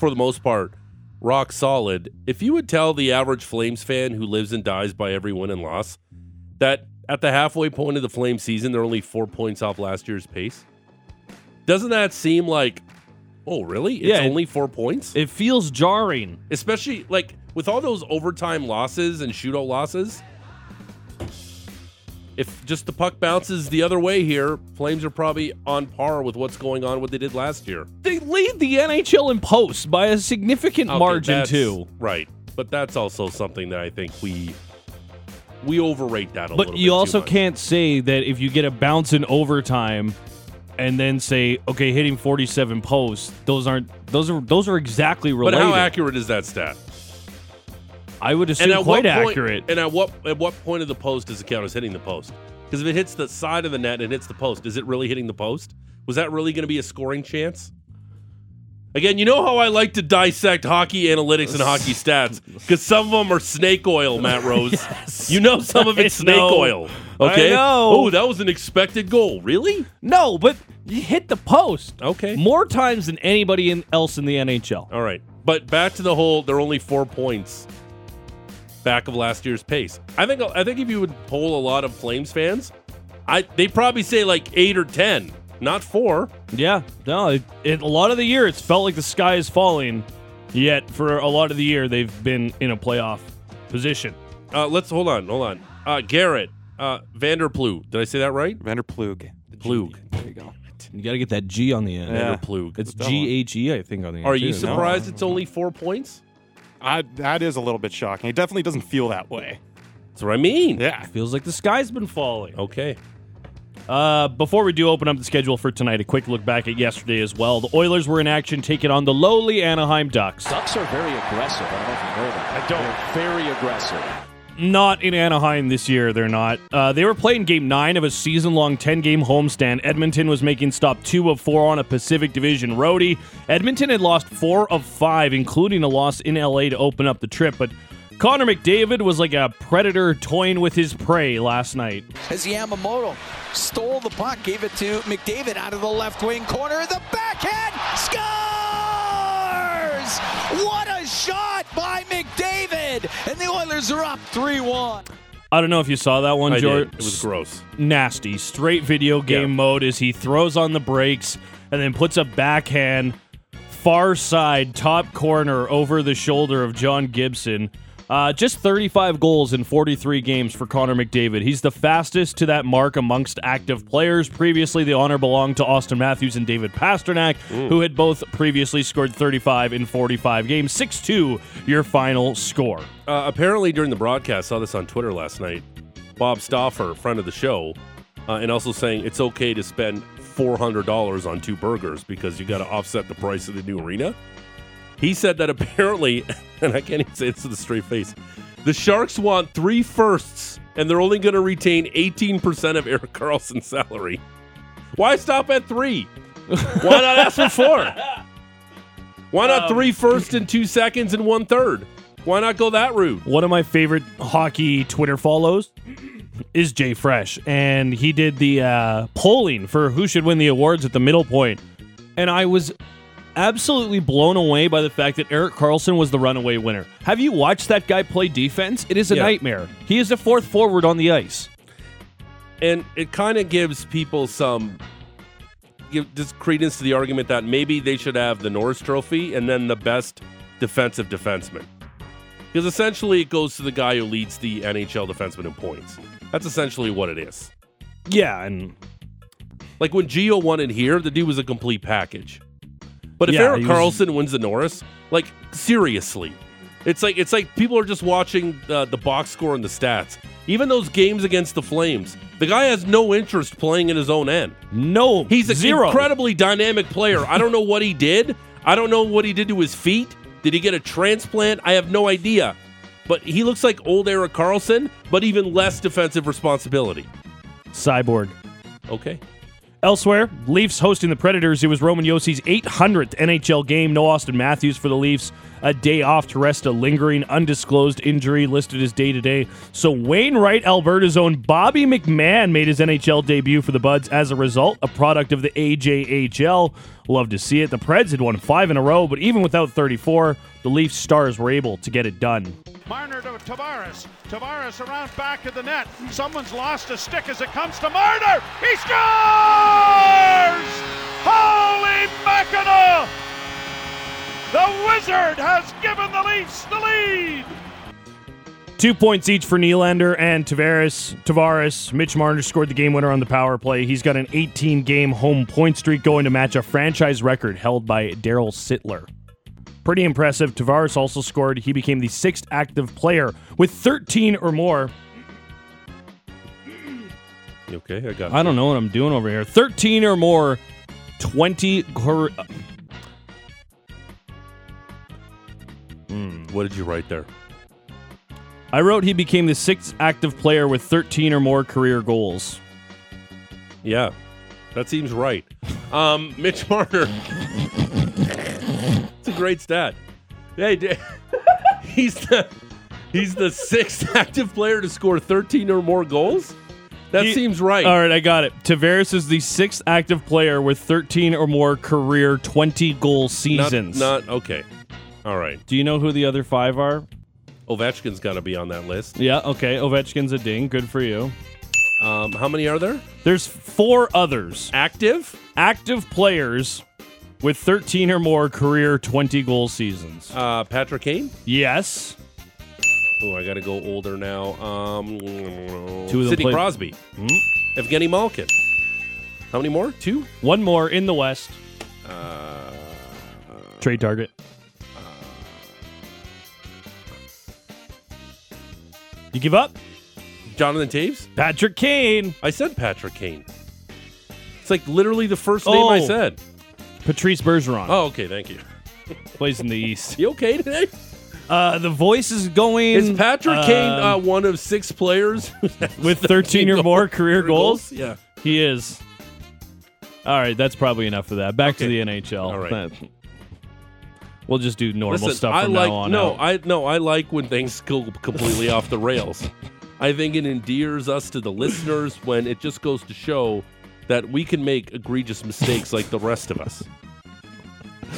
[SPEAKER 4] for the most part, rock solid. If you would tell the average Flames fan who lives and dies by every win and loss that at the halfway point of the Flames season, they're only four points off last year's pace, doesn't that seem like, oh, really? It's
[SPEAKER 5] Yeah, it-
[SPEAKER 4] only four points?
[SPEAKER 5] It feels jarring.
[SPEAKER 4] especially like with all those overtime losses and shootout losses. If just the puck bounces the other way here, Flames are probably on par with what's going on what they did last year.
[SPEAKER 5] They lead the NHL in posts by a significant
[SPEAKER 4] Okay,
[SPEAKER 5] margin
[SPEAKER 4] that's-
[SPEAKER 5] too.
[SPEAKER 4] right? But that's also something that I think we we overrate that a little.
[SPEAKER 5] But
[SPEAKER 4] bit
[SPEAKER 5] you
[SPEAKER 4] too
[SPEAKER 5] also
[SPEAKER 4] much.
[SPEAKER 5] can't say that if you get a bounce in overtime and then say, okay, hitting 47 posts, those aren't those are those are exactly
[SPEAKER 4] But
[SPEAKER 5] related.
[SPEAKER 4] how accurate is that stat?
[SPEAKER 5] I would assume
[SPEAKER 4] what
[SPEAKER 5] quite
[SPEAKER 4] point-
[SPEAKER 5] accurate.
[SPEAKER 4] And at what at what point of the post does it count as hitting the post? Because if it hits the side of the net and hits the post, is it really hitting the post? Was that really going to be a scoring chance? Again, you know how I like to dissect hockey analytics and hockey stats because some of them are snake oil, Matt Rose. You know, some of it's
[SPEAKER 5] I
[SPEAKER 4] snake
[SPEAKER 5] know.
[SPEAKER 4] oil.
[SPEAKER 5] I
[SPEAKER 4] Okay.
[SPEAKER 5] know.
[SPEAKER 4] Oh, that was an expected goal. Really?
[SPEAKER 5] no, but you hit the post.
[SPEAKER 4] Okay.
[SPEAKER 5] More times than anybody in, else in the NHL.
[SPEAKER 4] All right. But back to the whole they're only 4 points back of last year's pace. I think I think if you would poll a lot of Flames fans, I they probably say like 8 or 10, not 4.
[SPEAKER 5] Yeah, no, it, it, a lot of the year it's felt like the sky is falling, yet for a lot of the year they've been in a playoff position.
[SPEAKER 4] Uh let's hold on, hold on. Uh Garrett, uh Vanderploeg. Did I say that right?
[SPEAKER 7] Vanderplug.
[SPEAKER 4] Plug.
[SPEAKER 7] There you go.
[SPEAKER 5] You got to get that G on the end.
[SPEAKER 7] Yeah.
[SPEAKER 4] Vanderploeg.
[SPEAKER 5] It's
[SPEAKER 7] That
[SPEAKER 5] G H E, I think, on the end.
[SPEAKER 4] Are you
[SPEAKER 5] too, no?
[SPEAKER 4] surprised it's only 4 points?
[SPEAKER 7] I, that is a little bit shocking. It definitely doesn't feel that way.
[SPEAKER 4] That's what I mean.
[SPEAKER 7] Yeah.
[SPEAKER 5] Feels like the sky's been falling.
[SPEAKER 4] Okay.
[SPEAKER 5] Uh, before we do open up the schedule for tonight, a quick look back at yesterday as well. The Oilers were in action, taking on the lowly Anaheim Ducks.
[SPEAKER 10] Ducks are very aggressive. I don't know if you know that. I don't. very aggressive.
[SPEAKER 5] Not in Anaheim this year, they're not. Uh, they were playing game nine of a season long 10 game homestand. Edmonton was making stop two of four on a Pacific Division roadie. Edmonton had lost four of five, including a loss in LA to open up the trip, but Connor McDavid was like a predator toying with his prey last night.
[SPEAKER 10] As Yamamoto stole the puck, gave it to McDavid out of the left wing corner. The backhand scores! What a shot by McDavid! And the Oilers are up 3 1.
[SPEAKER 5] I don't know if you saw that one,
[SPEAKER 4] I
[SPEAKER 5] George.
[SPEAKER 4] did. It was gross.
[SPEAKER 5] nasty, straight video game
[SPEAKER 4] Yeah.
[SPEAKER 5] mode as he throws on the brakes and then puts a backhand far side top corner over the shoulder of John Gibson. Uh, just 35 goals in 43 games for Connor McDavid. He's the fastest to that mark amongst active players. Previously, the honor belonged to Austin Matthews and David Pasternak, who had both previously scored 35 in 45 games. 6 2, your final score.
[SPEAKER 4] Uh, apparently, during the broadcast, saw this on Twitter last night. Bob Stoffer, friend of the show, uh, and also saying it's okay to spend four hundred dollars on two burgers because you got to offset the price of the new arena. He said that apparently, and I can't even say this with a straight face. The Sharks want three firsts, and they're only going to retain eighteen percent of Eric Carlson's salary. Why stop at three? Why not ask for four? Why not three firsts and two seconds and one third? Why not go that route?
[SPEAKER 5] One of my favorite hockey Twitter follows is Jay Fresh, and he did the uh, polling for who should win the awards at the middle point, and I was absolutely blown away by the fact that Eric Carlson was the runaway winner. Have you watched that guy play defense? It is a
[SPEAKER 4] Yeah.
[SPEAKER 5] nightmare. He is the fourth forward on the ice.
[SPEAKER 4] and it kind of gives people some give just credence to the argument that maybe they should have the Norris Trophy and then the best defensive defenseman, because essentially it goes to the guy who leads the NHL defenseman in points. That's essentially what it is.
[SPEAKER 5] Yeah, and
[SPEAKER 4] Like when Gio won it here, the dude was a complete package. But if
[SPEAKER 5] Yeah,
[SPEAKER 4] Eric
[SPEAKER 5] he was-
[SPEAKER 4] Carlson wins the Norris, like seriously, it's like it's like people are just watching uh, the box score and the stats. Even those games against the Flames, the guy has no interest playing in his own end.
[SPEAKER 5] no,
[SPEAKER 4] He's an
[SPEAKER 5] zero.
[SPEAKER 4] incredibly dynamic player. I don't know what he did. I don't know what he did to his feet. Did he get a transplant? I have no idea. But he looks like old Eric Carlson, but even less defensive responsibility.
[SPEAKER 5] cyborg.
[SPEAKER 4] Okay.
[SPEAKER 5] Elsewhere, Leafs hosting the Predators. It was Roman Yossi's 800th NHL game. No Austin Matthews for the Leafs. A day off to rest a lingering, undisclosed injury listed as day to day. So Wainwright, Alberta's own Bobby McMahon, made his NHL debut for the Buds as a result, a product of the AJHL. Love to see it. The Preds had won five in a row, but even without 34, the Leafs stars were able to get it done.
[SPEAKER 3] Marner to Tavares. Tavares around back of the net. Someone's lost a stick as it comes to Marner. He scores! Holy mackerel! The Wizard has given the Leafs the lead!
[SPEAKER 5] Two points each for Nylander and Tavares. Tavares, Mitch Marner scored the game winner on the power play. He's got an 18 game home point streak going to match a franchise record held by Daryl Sittler. Pretty impressive. Tavares also scored. He became the sixth active player with 13 or more.
[SPEAKER 4] You okay? I got
[SPEAKER 5] I don't know what I'm doing over here. 13 or more, 20. Cor-
[SPEAKER 4] What did you write there?
[SPEAKER 5] I wrote he became the sixth active player with 13 or more career goals.
[SPEAKER 4] Yeah, that seems right. Um, Mitch Marner. It's a great stat. Yeah, he did. he's the he's the sixth active player to score 13 or more goals. That
[SPEAKER 5] He-
[SPEAKER 4] seems right.
[SPEAKER 5] All right, I got it. Tavares is the sixth active player with 13 or more career 20 goal
[SPEAKER 4] Not-
[SPEAKER 5] seasons.
[SPEAKER 4] Not, okay. All right.
[SPEAKER 5] Do you know who the other five are?
[SPEAKER 4] Ovechkin's got to be on that list.
[SPEAKER 5] Yeah, okay. Ovechkin's a ding. Good for you.
[SPEAKER 4] Um, how many are there?
[SPEAKER 5] There's four others
[SPEAKER 4] Active?
[SPEAKER 5] active players with 13 or more career 20 goal seasons.
[SPEAKER 4] Uh, Patrick Kane.
[SPEAKER 5] Yes.
[SPEAKER 4] Oh, I got to go older now. Um,
[SPEAKER 5] Two of them
[SPEAKER 4] Sidney
[SPEAKER 5] played-
[SPEAKER 4] Crosby. Hmm? Evgeny Malkin. How many more? Two.
[SPEAKER 5] One more in the West.
[SPEAKER 4] Uh,
[SPEAKER 5] Trade target. You give up?
[SPEAKER 4] Jonathan Taves.
[SPEAKER 5] Patrick Kane.
[SPEAKER 4] I said Patrick Kane. It's like literally the first name I
[SPEAKER 5] Oh.
[SPEAKER 4] said.
[SPEAKER 5] Patrice Bergeron
[SPEAKER 4] Oh, okay, thank you.
[SPEAKER 5] plays in the East.
[SPEAKER 4] You okay today?
[SPEAKER 5] Uh, the voice is going.
[SPEAKER 4] Is Patrick Kane uh,
[SPEAKER 5] um,
[SPEAKER 4] one of six players who has
[SPEAKER 5] with 13 or more career goals?
[SPEAKER 4] Yeah.
[SPEAKER 5] He is. All right, that's probably enough of that. Back to the NHL.
[SPEAKER 4] All right.
[SPEAKER 5] That- We'll just do normal
[SPEAKER 4] Listen,
[SPEAKER 5] stuff
[SPEAKER 4] I
[SPEAKER 5] from
[SPEAKER 4] like
[SPEAKER 5] now on.
[SPEAKER 4] no,
[SPEAKER 5] out.
[SPEAKER 4] I no, I like when things go completely off the rails. I think it endears us to the listeners when it just goes to show that we can make egregious mistakes like the rest of us.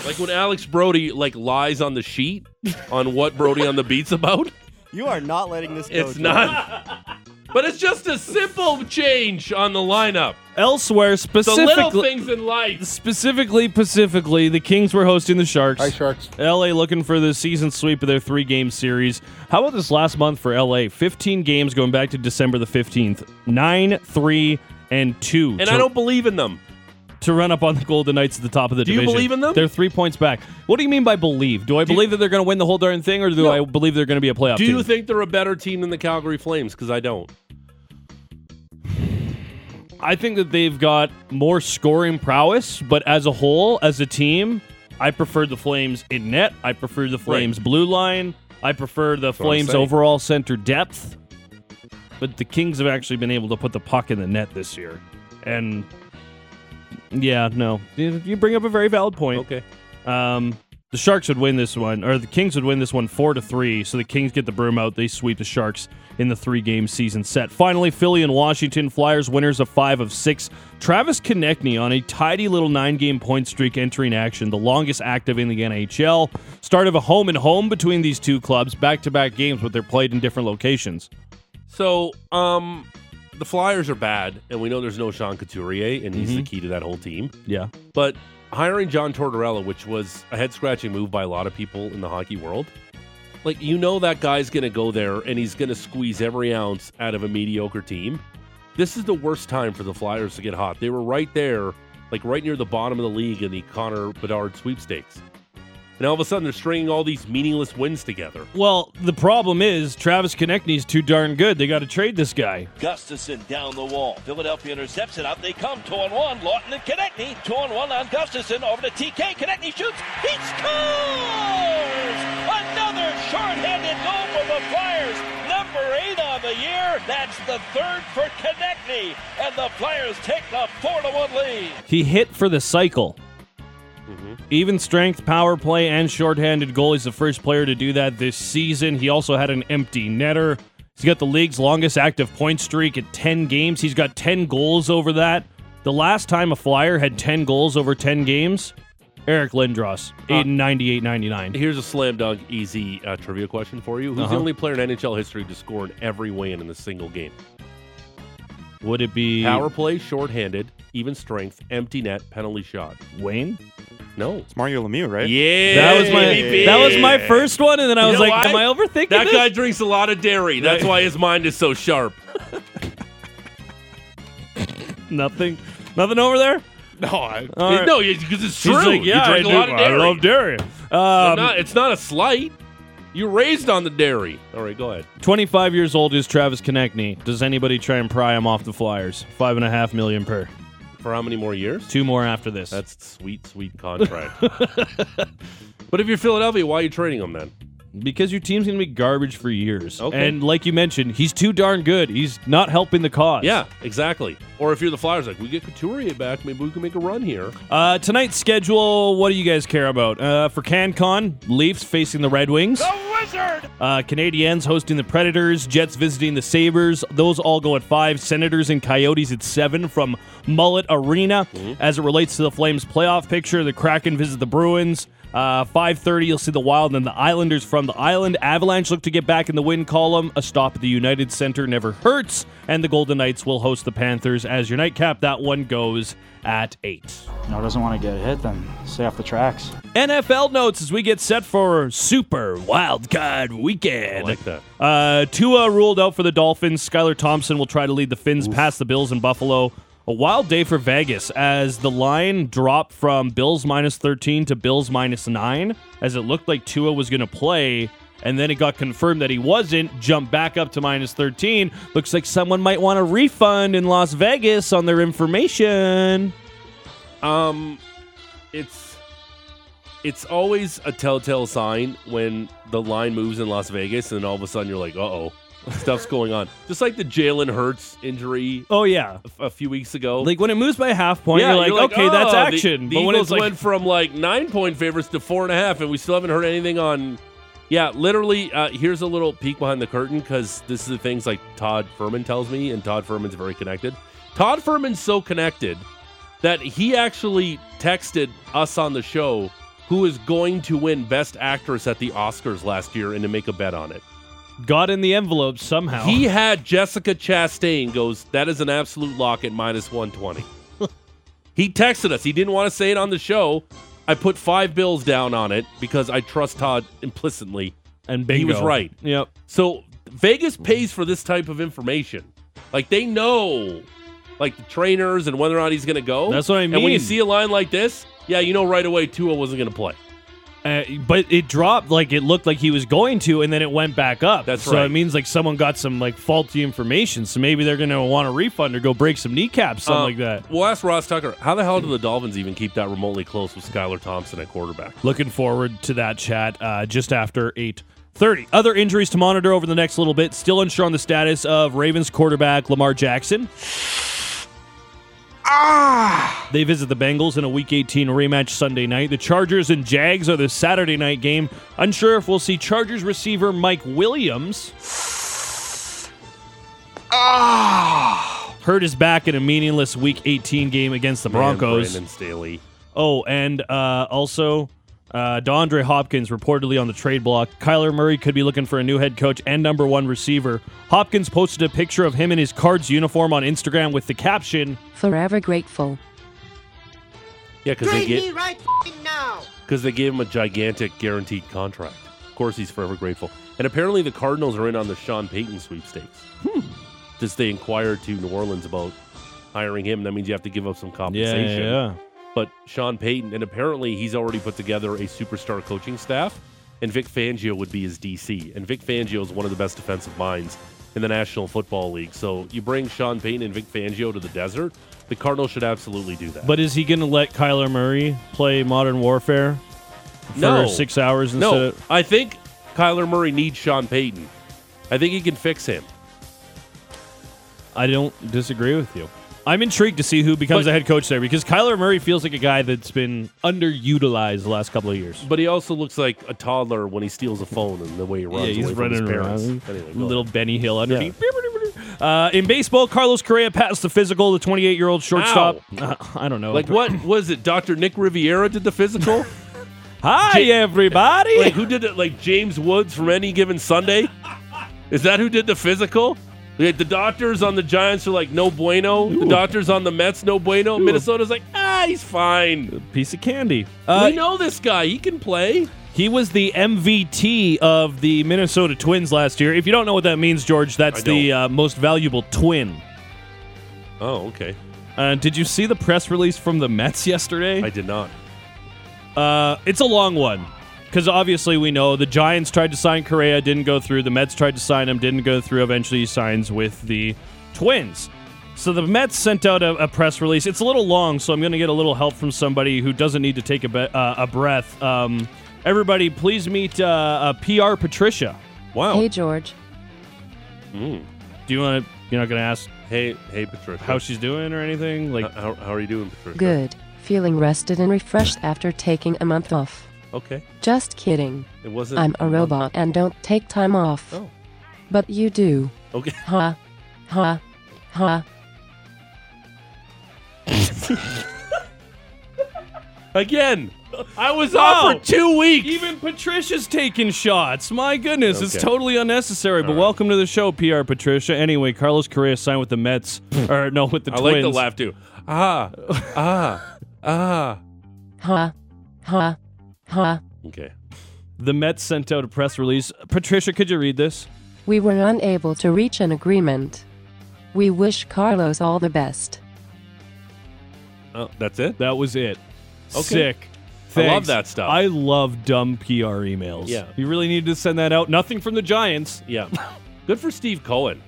[SPEAKER 4] Like when Alex Brody like lies on the sheet on what Brody on the beat's about.
[SPEAKER 6] You are not letting this go.
[SPEAKER 4] It's
[SPEAKER 6] Jordan.
[SPEAKER 4] not. But it's just a simple change on the lineup.
[SPEAKER 5] Elsewhere,
[SPEAKER 4] The little
[SPEAKER 5] specifically,
[SPEAKER 4] things in life.
[SPEAKER 5] specifically, specifically, the Kings were hosting the Sharks.
[SPEAKER 8] Hi, Sharks.
[SPEAKER 5] LA looking for the season sweep of their three game series. How about this last month for LA? 15 games going back to December the 15th. 9, 3, and 2.
[SPEAKER 4] And
[SPEAKER 5] to,
[SPEAKER 4] I don't believe in them.
[SPEAKER 5] to run up on the Golden Knights at the top of the
[SPEAKER 4] Do you
[SPEAKER 5] division.
[SPEAKER 4] believe in them?
[SPEAKER 5] They're three points back. What do you mean by believe? Do I believe that they're going to win the whole darn thing or do I believe they're going to be a playoff
[SPEAKER 4] Do
[SPEAKER 5] team?
[SPEAKER 4] you think they're a better team than the Calgary Flames? Because I don't.
[SPEAKER 5] I think that they've got more scoring prowess, but as a whole, as a team, I prefer the Flames in net. I prefer the Flames blue line. I prefer the
[SPEAKER 4] what I'm
[SPEAKER 5] Flames
[SPEAKER 4] saying.
[SPEAKER 5] overall center depth. But the Kings have actually been able to put the puck in the net this year. And yeah, no. You you bring up a very valid point.
[SPEAKER 4] Okay.
[SPEAKER 5] Um, the Sharks would win this one, or the Kings would win this one four to three. So the Kings get the broom out. They sweep the Sharks in the three-game season set. Finally, Philly and Washington Flyers winners of five of six. Travis Konechny on a tidy little nine-game point streak entering action, the longest active in the NHL. Start of a home and home between these two clubs, back-to-back games, but they're played in different locations.
[SPEAKER 4] So, um, the Flyers are bad, and we know there's no Sean Couturier, and he's the key to that whole team.
[SPEAKER 5] Yeah,
[SPEAKER 4] But hiring John Tortorella, which was a head scratching move by a lot of people in the hockey world, like you know that guy's going to go there and he's going to squeeze every ounce out of a mediocre team. This is the worst time for the Flyers to get hot. They were right there, like right near the bottom of the league in the Connor Bedard sweepstakes. And all of a sudden, they're stringing all these meaningless wins together.
[SPEAKER 5] Well, the problem is Travis Konechny's too darn good. They got to trade this guy.
[SPEAKER 2] Gustafson down the wall. Philadelphia intercepts it. Out they come. Two on one. Lawton and Konechny. Two on one on Gustafson. Over to TK. Konechny shoots. He scores! Another shorthanded goal for the Flyers. Number eight on the year. That's the third for Konechny. And the Flyers take the 4 to 1 lead.
[SPEAKER 5] He hit for the cycle.
[SPEAKER 4] Mm-hmm.
[SPEAKER 5] Even strength, power play, and shorthanded goal. He's the first player to do that this season. He also had an empty netter. He's got the league's longest active point streak at 10 games. He's got 10 goals over that. The last time a Flyer had 10 goals over 10 games, Eric Lindros, 8 and 98 99.
[SPEAKER 4] Here's a slam dunk, easy uh, trivia question for you: Who's
[SPEAKER 5] Uh-huh.
[SPEAKER 4] the only player in NHL history to score in every win in a single game?
[SPEAKER 5] Would it be
[SPEAKER 4] Power play, shorthanded, even strength, empty net, penalty shot.
[SPEAKER 5] Wayne?
[SPEAKER 4] No.
[SPEAKER 7] It's Mario Lemieux, right?
[SPEAKER 4] Yeah.
[SPEAKER 5] That was my
[SPEAKER 4] baby.
[SPEAKER 5] that was my first one, and then I
[SPEAKER 4] You
[SPEAKER 5] was
[SPEAKER 4] know
[SPEAKER 5] like,
[SPEAKER 4] why?
[SPEAKER 5] "Am I overthinking
[SPEAKER 4] That
[SPEAKER 5] this?"
[SPEAKER 4] guy drinks a lot of dairy. That's why his mind is so sharp.
[SPEAKER 5] Nothing, nothing over there.
[SPEAKER 8] No, I,
[SPEAKER 5] All right.
[SPEAKER 4] No, because it's
[SPEAKER 5] He's
[SPEAKER 4] true.
[SPEAKER 5] like, yeah,
[SPEAKER 4] you drink a
[SPEAKER 5] I do.
[SPEAKER 4] lot of dairy.
[SPEAKER 5] I love dairy.
[SPEAKER 4] It's
[SPEAKER 5] Um,
[SPEAKER 4] not- it's not a slight. You're raised on the dairy. All right, go ahead.
[SPEAKER 5] 25 years old is Travis Konechny. Does anybody try and pry him off the Flyers? Five and a half million per.
[SPEAKER 4] For how many more years?
[SPEAKER 5] Two more after this.
[SPEAKER 4] That's sweet, sweet contract. but if you're Philadelphia, why are you trading him then?
[SPEAKER 5] because your team's going to be garbage for years.
[SPEAKER 4] Okay.
[SPEAKER 5] And like you mentioned, he's too darn good. He's not helping the cause.
[SPEAKER 4] Yeah, exactly. Or if you're the Flyers, like we get Couturier back, maybe we can make a run here.
[SPEAKER 5] Uh, tonight's schedule, what do you guys care about? Uh, for CanCon, Leafs facing the Red Wings.
[SPEAKER 3] Wizard!
[SPEAKER 5] Uh, Canadiens hosting the Predators, Jets visiting the Sabres. Those all go at five. Senators and Coyotes at seven from Mullet Arena. As it relates to the Flames playoff picture, the Kraken visit the Bruins. Uh, 5.30, you'll see the Wild and the Islanders from the island. Avalanche look to get back in the win column. A stop at the United Center never hurts. And the Golden Knights will host the Panthers as your nightcap. That one goes at 8.
[SPEAKER 11] No, doesn't want to get hit, then stay off the tracks.
[SPEAKER 5] NFL notes as we get set for Super Wild Card Weekend.
[SPEAKER 4] I like that.
[SPEAKER 5] Uh, Tua ruled out for the Dolphins. Skylar Thompson will try to lead the Finns past the Bills in Buffalo. A wild day for Vegas as the line dropped from Bills minus 13 to Bills minus 9 as it looked like Tua was going to play. And then it got confirmed that he wasn't, jumped back up to minus 13. Looks like someone might want a refund in Las Vegas on their information.
[SPEAKER 4] Um, it's it's always a telltale sign when the line moves in Las Vegas, and then all of a sudden you're like, uh oh, stuff's going on. Just like the Jalen Hurts injury
[SPEAKER 5] Oh, yeah.
[SPEAKER 4] a- a few weeks ago.
[SPEAKER 5] Like when it moves by a half point, you're, like, okay,
[SPEAKER 4] "Oh,
[SPEAKER 5] that's
[SPEAKER 4] the-
[SPEAKER 5] action.
[SPEAKER 4] The,
[SPEAKER 5] but when
[SPEAKER 4] Eagles
[SPEAKER 5] it's like,
[SPEAKER 4] went from like nine point favorites to four and a half, and we still haven't heard anything on. Yeah, literally. Uh, here's a little peek behind the curtain because this is the things like Todd Furman tells me, and Todd Furman's very connected. Todd Furman's so connected that he actually texted us on the show who is going to win Best Actress at the Oscars last year and to make a bet on it.
[SPEAKER 5] got in the envelope somehow.
[SPEAKER 4] He had Jessica Chastain goes, that is an absolute lock at minus 120. he texted us. He didn't want to say it on the show. I put five bills down on it because I trust Todd implicitly.
[SPEAKER 5] and bingo.
[SPEAKER 4] He was right.
[SPEAKER 5] Yep.
[SPEAKER 4] So Vegas
[SPEAKER 5] Mm.
[SPEAKER 4] pays for this type of information. Like they know, like the trainers and whether or not he's going to go.
[SPEAKER 5] That's what I
[SPEAKER 4] And when you
[SPEAKER 5] mean.
[SPEAKER 4] see a line like this, yeah, you know right away Tua wasn't going to play.
[SPEAKER 5] Uh, but it dropped like it looked like he was going to, and then it went back up.
[SPEAKER 4] That's
[SPEAKER 5] so So
[SPEAKER 4] right.
[SPEAKER 5] it means like someone got some like faulty information. So maybe they're gonna want a refund or go break some kneecaps, something
[SPEAKER 4] Uh,
[SPEAKER 5] like that.
[SPEAKER 4] We'll ask Ross Tucker. How the hell do the Dolphins even keep that remotely close with Skylar Thompson at quarterback?
[SPEAKER 5] Looking forward to that chat uh, just after 8.30. Other injuries to monitor over the next little bit. Still unsure on the status of Ravens quarterback Lamar Jackson. Ah! They visit the Bengals in a Week 18 rematch Sunday night. The Chargers and Jags are the Saturday night game. Unsure if we'll see Chargers receiver Mike Williams. Ah! Hurt his back in a meaningless Week 18 game against the Broncos.
[SPEAKER 4] And Brandon Staley.
[SPEAKER 5] Oh, and uh, also, uh, DeAndre Hopkins reportedly on the trade block. Kyler Murray could be looking for a new head coach and number one receiver. Hopkins posted a picture of him in his Cards uniform on Instagram with the caption,
[SPEAKER 8] Forever grateful.
[SPEAKER 4] Yeah, because they get right now. Because they gave him a gigantic guaranteed contract. Of course, he's forever grateful. And apparently, the Cardinals are in on the Sean Payton sweepstakes. Hmm. Just they inquired to New Orleans about hiring him. That means you have to give up some compensation. But Sean Payton, and apparently, he's already put together a superstar coaching staff. And Vic Fangio would be his DC. And Vic Fangio is one of the best defensive minds in the National Football League. So you bring Sean Payton and Vic Fangio to the desert. The Cardinals should absolutely do that.
[SPEAKER 5] But is he going to let Kyler Murray play Modern Warfare for
[SPEAKER 4] No.
[SPEAKER 5] six hours instead
[SPEAKER 4] No,
[SPEAKER 5] of.
[SPEAKER 4] I think Kyler Murray needs Sean Payton. I think he can fix him.
[SPEAKER 5] I don't disagree with you. I'm intrigued to see who becomes
[SPEAKER 4] But-
[SPEAKER 5] the head coach there because Kyler Murray feels like a guy that's been underutilized the last couple of years.
[SPEAKER 4] But he also looks like a toddler when he steals a phone and the way he runs
[SPEAKER 5] Yeah, he's
[SPEAKER 4] away from his
[SPEAKER 5] running
[SPEAKER 4] parents.
[SPEAKER 5] around.
[SPEAKER 4] Anyway, go
[SPEAKER 5] Little
[SPEAKER 4] ahead.
[SPEAKER 5] Benny Hill underneath. Uh, in baseball, Carlos Correa passed the physical. The 28 year old shortstop. Uh, I don't know.
[SPEAKER 4] like what was it? Dr. Nick Riviera did the physical?
[SPEAKER 5] Hi everybody.
[SPEAKER 4] like who did it? Like James Woods from any given Sunday? Is that who did the physical? Like, the doctors on the Giants are like no bueno. The doctors on the Mets no bueno. Minnesota's like ah he's fine.
[SPEAKER 5] Piece of candy. Uh,
[SPEAKER 4] we know this guy. He can play.
[SPEAKER 5] he was the MVT of the Minnesota Twins last year. If you don't know what that means, George, that's
[SPEAKER 4] I don't.
[SPEAKER 5] the uh, most valuable twin.
[SPEAKER 4] Oh okay.
[SPEAKER 5] Uh, did you see the press release from the Mets yesterday?
[SPEAKER 4] I did not.
[SPEAKER 5] Uh, it's a long one because obviously we know the Giants tried to sign Correa, didn't go through. The Mets tried to sign him, didn't go through. Eventually, he signs with the Twins. So the Mets sent out a, a press release. It's a little long, so I'm going to get a little help from somebody who doesn't need to take a, be- uh, a breath. Um, everybody, please meet uh, uh, PR Patricia.
[SPEAKER 4] Wow.
[SPEAKER 8] Hey, George.
[SPEAKER 5] Do you want to? You're not going to ask
[SPEAKER 4] Hey, hey, Patricia.
[SPEAKER 5] how she's doing or anything. Like,
[SPEAKER 4] Uh, how, how are you doing, Patricia?
[SPEAKER 8] Good. Feeling rested and refreshed after taking a month off.
[SPEAKER 4] Okay.
[SPEAKER 8] Just kidding.
[SPEAKER 4] It wasn't.
[SPEAKER 8] I'm a robot and don't take time off.
[SPEAKER 4] Oh.
[SPEAKER 8] But you do.
[SPEAKER 4] Okay.
[SPEAKER 8] Ha. Ha. Ha.
[SPEAKER 4] Again, I was
[SPEAKER 5] Wow.
[SPEAKER 4] off for two weeks.
[SPEAKER 5] even Patricia's taking shots. My goodness, it's
[SPEAKER 4] Okay.
[SPEAKER 5] totally unnecessary. but welcome to the show, PR Patricia. Anyway, Carlos Correa signed with the Mets, or no, with the
[SPEAKER 4] I
[SPEAKER 5] Twins.
[SPEAKER 4] like the laugh too. Ah, ah, ah.
[SPEAKER 8] Ha. Ha. Ha.
[SPEAKER 4] Okay.
[SPEAKER 5] The Mets sent out a press release. Patricia, could you read this?
[SPEAKER 8] We were unable to reach an agreement. We wish Carlos all the best.
[SPEAKER 4] Oh, that's it.
[SPEAKER 5] That was it.
[SPEAKER 4] Okay.
[SPEAKER 5] Sick.
[SPEAKER 4] I love
[SPEAKER 5] Thanks.
[SPEAKER 4] that stuff.
[SPEAKER 5] I love dumb PR emails.
[SPEAKER 4] Yeah.
[SPEAKER 5] You really need to send that out. Nothing from the Giants.
[SPEAKER 4] Yeah. Good for Steve Cohen.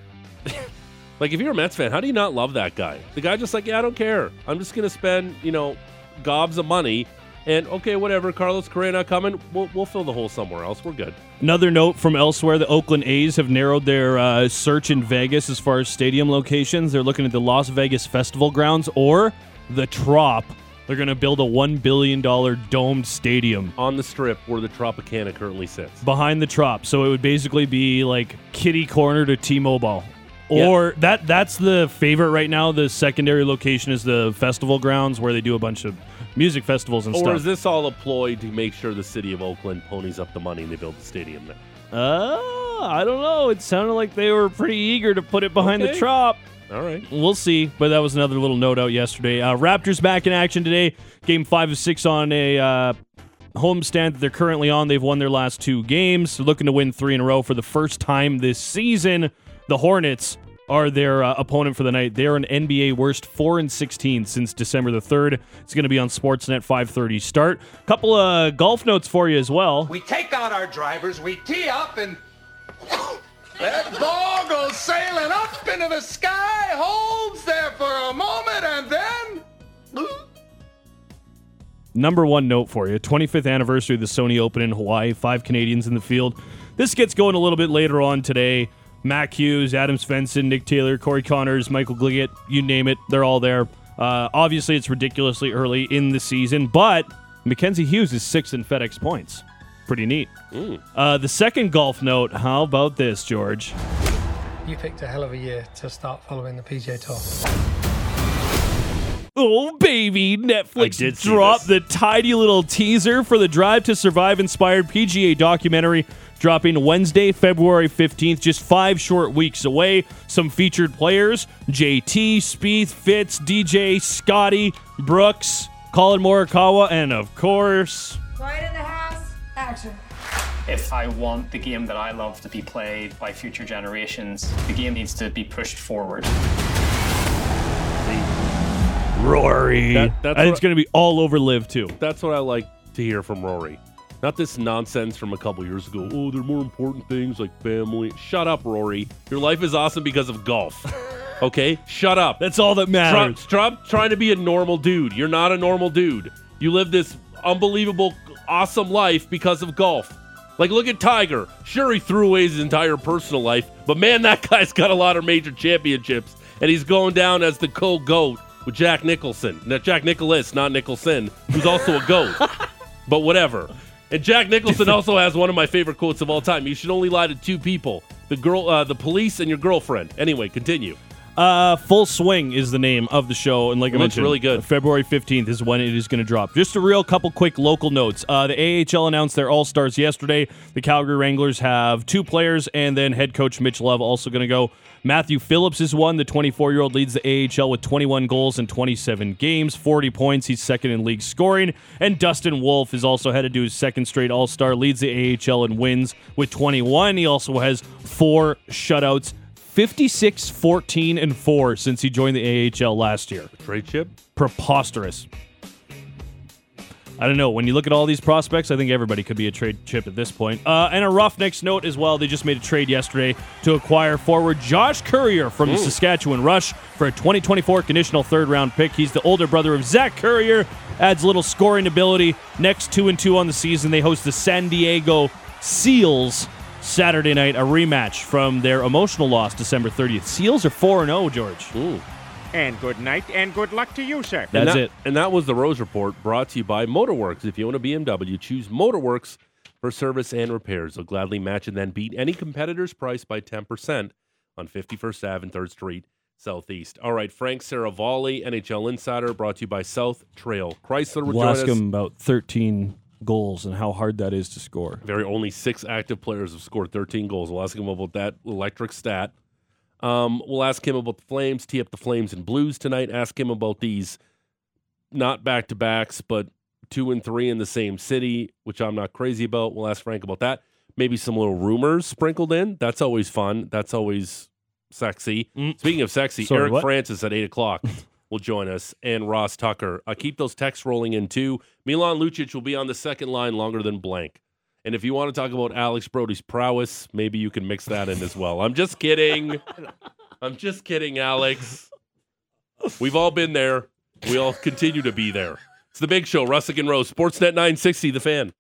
[SPEAKER 4] like, if you're a Mets fan, how do you not love that guy? The guy just like, yeah, I don't care. I'm just gonna spend, you know, gobs of money, and okay, whatever. Carlos Correa not coming. We'll, we'll fill the hole somewhere else. We're good.
[SPEAKER 5] Another note from elsewhere the Oakland A's have narrowed their uh, search in Vegas as far as stadium locations. They're looking at the Las Vegas Festival Grounds or the Trop. They're going to build a $1 billion domed stadium
[SPEAKER 4] On the strip where the Tropicana currently sits.
[SPEAKER 5] behind the Trop. So it would basically be like kitty corner to T Mobile. Or that that's the favorite right now. The secondary location is the festival grounds where they do a bunch of music festivals and
[SPEAKER 4] Or
[SPEAKER 5] stuff.
[SPEAKER 4] is this all a ploy to make sure the city of Oakland ponies up the money and they build the stadium there?
[SPEAKER 5] Oh, I don't know. It sounded like they were pretty eager to put it behind the
[SPEAKER 4] Okay.
[SPEAKER 5] trop.
[SPEAKER 4] All right.
[SPEAKER 5] We'll see. But that was another little note out yesterday. Uh, Raptors back in action today. Game five of six on a uh, homestand that they're currently on. They've won their last two games. They're looking to win three in a row for the first time this season. The Hornets are their uh, opponent for the night. They're an NBA worst four and sixteen since December the third. It's going to be on Sportsnet five thirty start. Couple of golf notes for you as well.
[SPEAKER 12] We take out our drivers, we tee up, and that ball goes sailing up into the sky, holds there for a moment, and then
[SPEAKER 5] Number one note for you 25th anniversary of the Sony Open in Hawaii, five Canadians in the field. This gets going a little bit later on today. Matt Hughes, Adam Svensson, Nick Taylor, Corey Connors, Michael Glickett, you name it, they're all there. Uh, obviously, it's ridiculously early in the season, but Mackenzie Hughes is sixth in FedEx points. Pretty neat.
[SPEAKER 13] Mm.
[SPEAKER 5] Uh, the second golf note how about this, George?
[SPEAKER 13] You picked a hell of a year to start following the PGA Tour.
[SPEAKER 5] Oh baby, Netflix
[SPEAKER 13] did see
[SPEAKER 5] dropped the tidy little teaser for the Drive to Survive inspired PGA documentary dropping Wednesday, February 15th, just 5 short weeks away. Some featured players, JT, Spieth, Fitz, DJ, Scotty, Brooks, Colin Morikawa, and of course,
[SPEAKER 14] Quiet in the house. Action.
[SPEAKER 15] If I want the game that I love to be played by future generations, the game needs to be pushed forward.
[SPEAKER 5] Rory.
[SPEAKER 4] That- that's
[SPEAKER 5] and
[SPEAKER 4] what-
[SPEAKER 5] it's going to be all over live too.
[SPEAKER 4] That's what I like to hear from Rory. Not this nonsense from a couple years ago. Oh, there are more important things like family. Shut up, Rory. Your life is awesome because of golf. Okay? Shut up.
[SPEAKER 5] That's all that matters.
[SPEAKER 4] Stop, stop trying to be a normal dude. You're not a normal dude. You live this unbelievable, awesome life because of golf. Like, look at Tiger. Sure, he threw away his entire personal life, but man, that guy's got a lot of major championships, and he's going down as the co goat with Jack Nicholson. Now, Jack Nicholas, not Nicholson, who's also a goat, but whatever. And Jack Nicholson also has one of my favorite quotes of all time. You should only lie to two people: the girl, uh, the police, and your girlfriend. Anyway, continue.
[SPEAKER 5] Uh, Full Swing is the name of the show, and like I
[SPEAKER 4] Looks
[SPEAKER 5] mentioned,
[SPEAKER 4] really good.
[SPEAKER 5] February fifteenth is when it is going to drop. Just a real couple quick local notes. Uh, the AHL announced their All Stars yesterday. The Calgary Wranglers have two players, and then head coach Mitch Love also going to go. Matthew Phillips is one. The 24 year old leads the AHL with 21 goals in 27 games, 40 points. He's second in league scoring. And Dustin Wolf is also headed to his second straight All Star, leads the AHL and wins with 21. He also has four shutouts. 56 14 and 4 since he joined the AHL last year.
[SPEAKER 4] Trade chip?
[SPEAKER 5] Preposterous. I don't know. When you look at all these prospects, I think everybody could be a trade chip at this point. Uh, and a Roughnecks note as well. They just made a trade yesterday to acquire forward Josh Courier from the
[SPEAKER 4] Ooh.
[SPEAKER 5] Saskatchewan Rush for a 2024 conditional third round pick. He's the older brother of Zach Courier. Adds a little scoring ability. Next two and two on the season, they host the San Diego Seals Saturday night, a rematch from their emotional loss December 30th. Seals are 4 0, George.
[SPEAKER 4] Ooh.
[SPEAKER 16] And good night and good luck to you, sir.
[SPEAKER 4] And that- And that was the Rose Report brought to you by Motorworks. If you own a BMW, choose Motorworks for service and repairs. They'll gladly match and then beat any competitor's price by 10% on 51st Ave and 3rd Street Southeast. All right, Frank Saravalli, NHL Insider, brought to you by South Trail Chrysler. will
[SPEAKER 5] We'll
[SPEAKER 4] join
[SPEAKER 5] ask
[SPEAKER 4] us.
[SPEAKER 5] him about 13 goals and how hard that is to score.
[SPEAKER 4] Very only six active players have scored 13 goals. We'll ask him about that electric stat. Um, we'll ask him about the Flames, tee up the Flames and Blues tonight. Ask him about these not back to backs, but two and three in the same city, which I'm not crazy about. We'll ask Frank about that. Maybe some little rumors sprinkled in. That's always fun. That's always sexy. Speaking of sexy,
[SPEAKER 5] Mm. Sorry,
[SPEAKER 4] Eric
[SPEAKER 5] what?
[SPEAKER 4] Francis at eight o'clock will join us, and Ross Tucker. Uh, keep those texts rolling in too. Milan Lucic will be on the second line longer than blank. And if you want to talk about Alex Brody's prowess, maybe you can mix that in as well. I'm just kidding. I'm just kidding, Alex. We've all been there. We all continue to be there. It's the big show, Russick and Rose, Sportsnet 960, The Fan.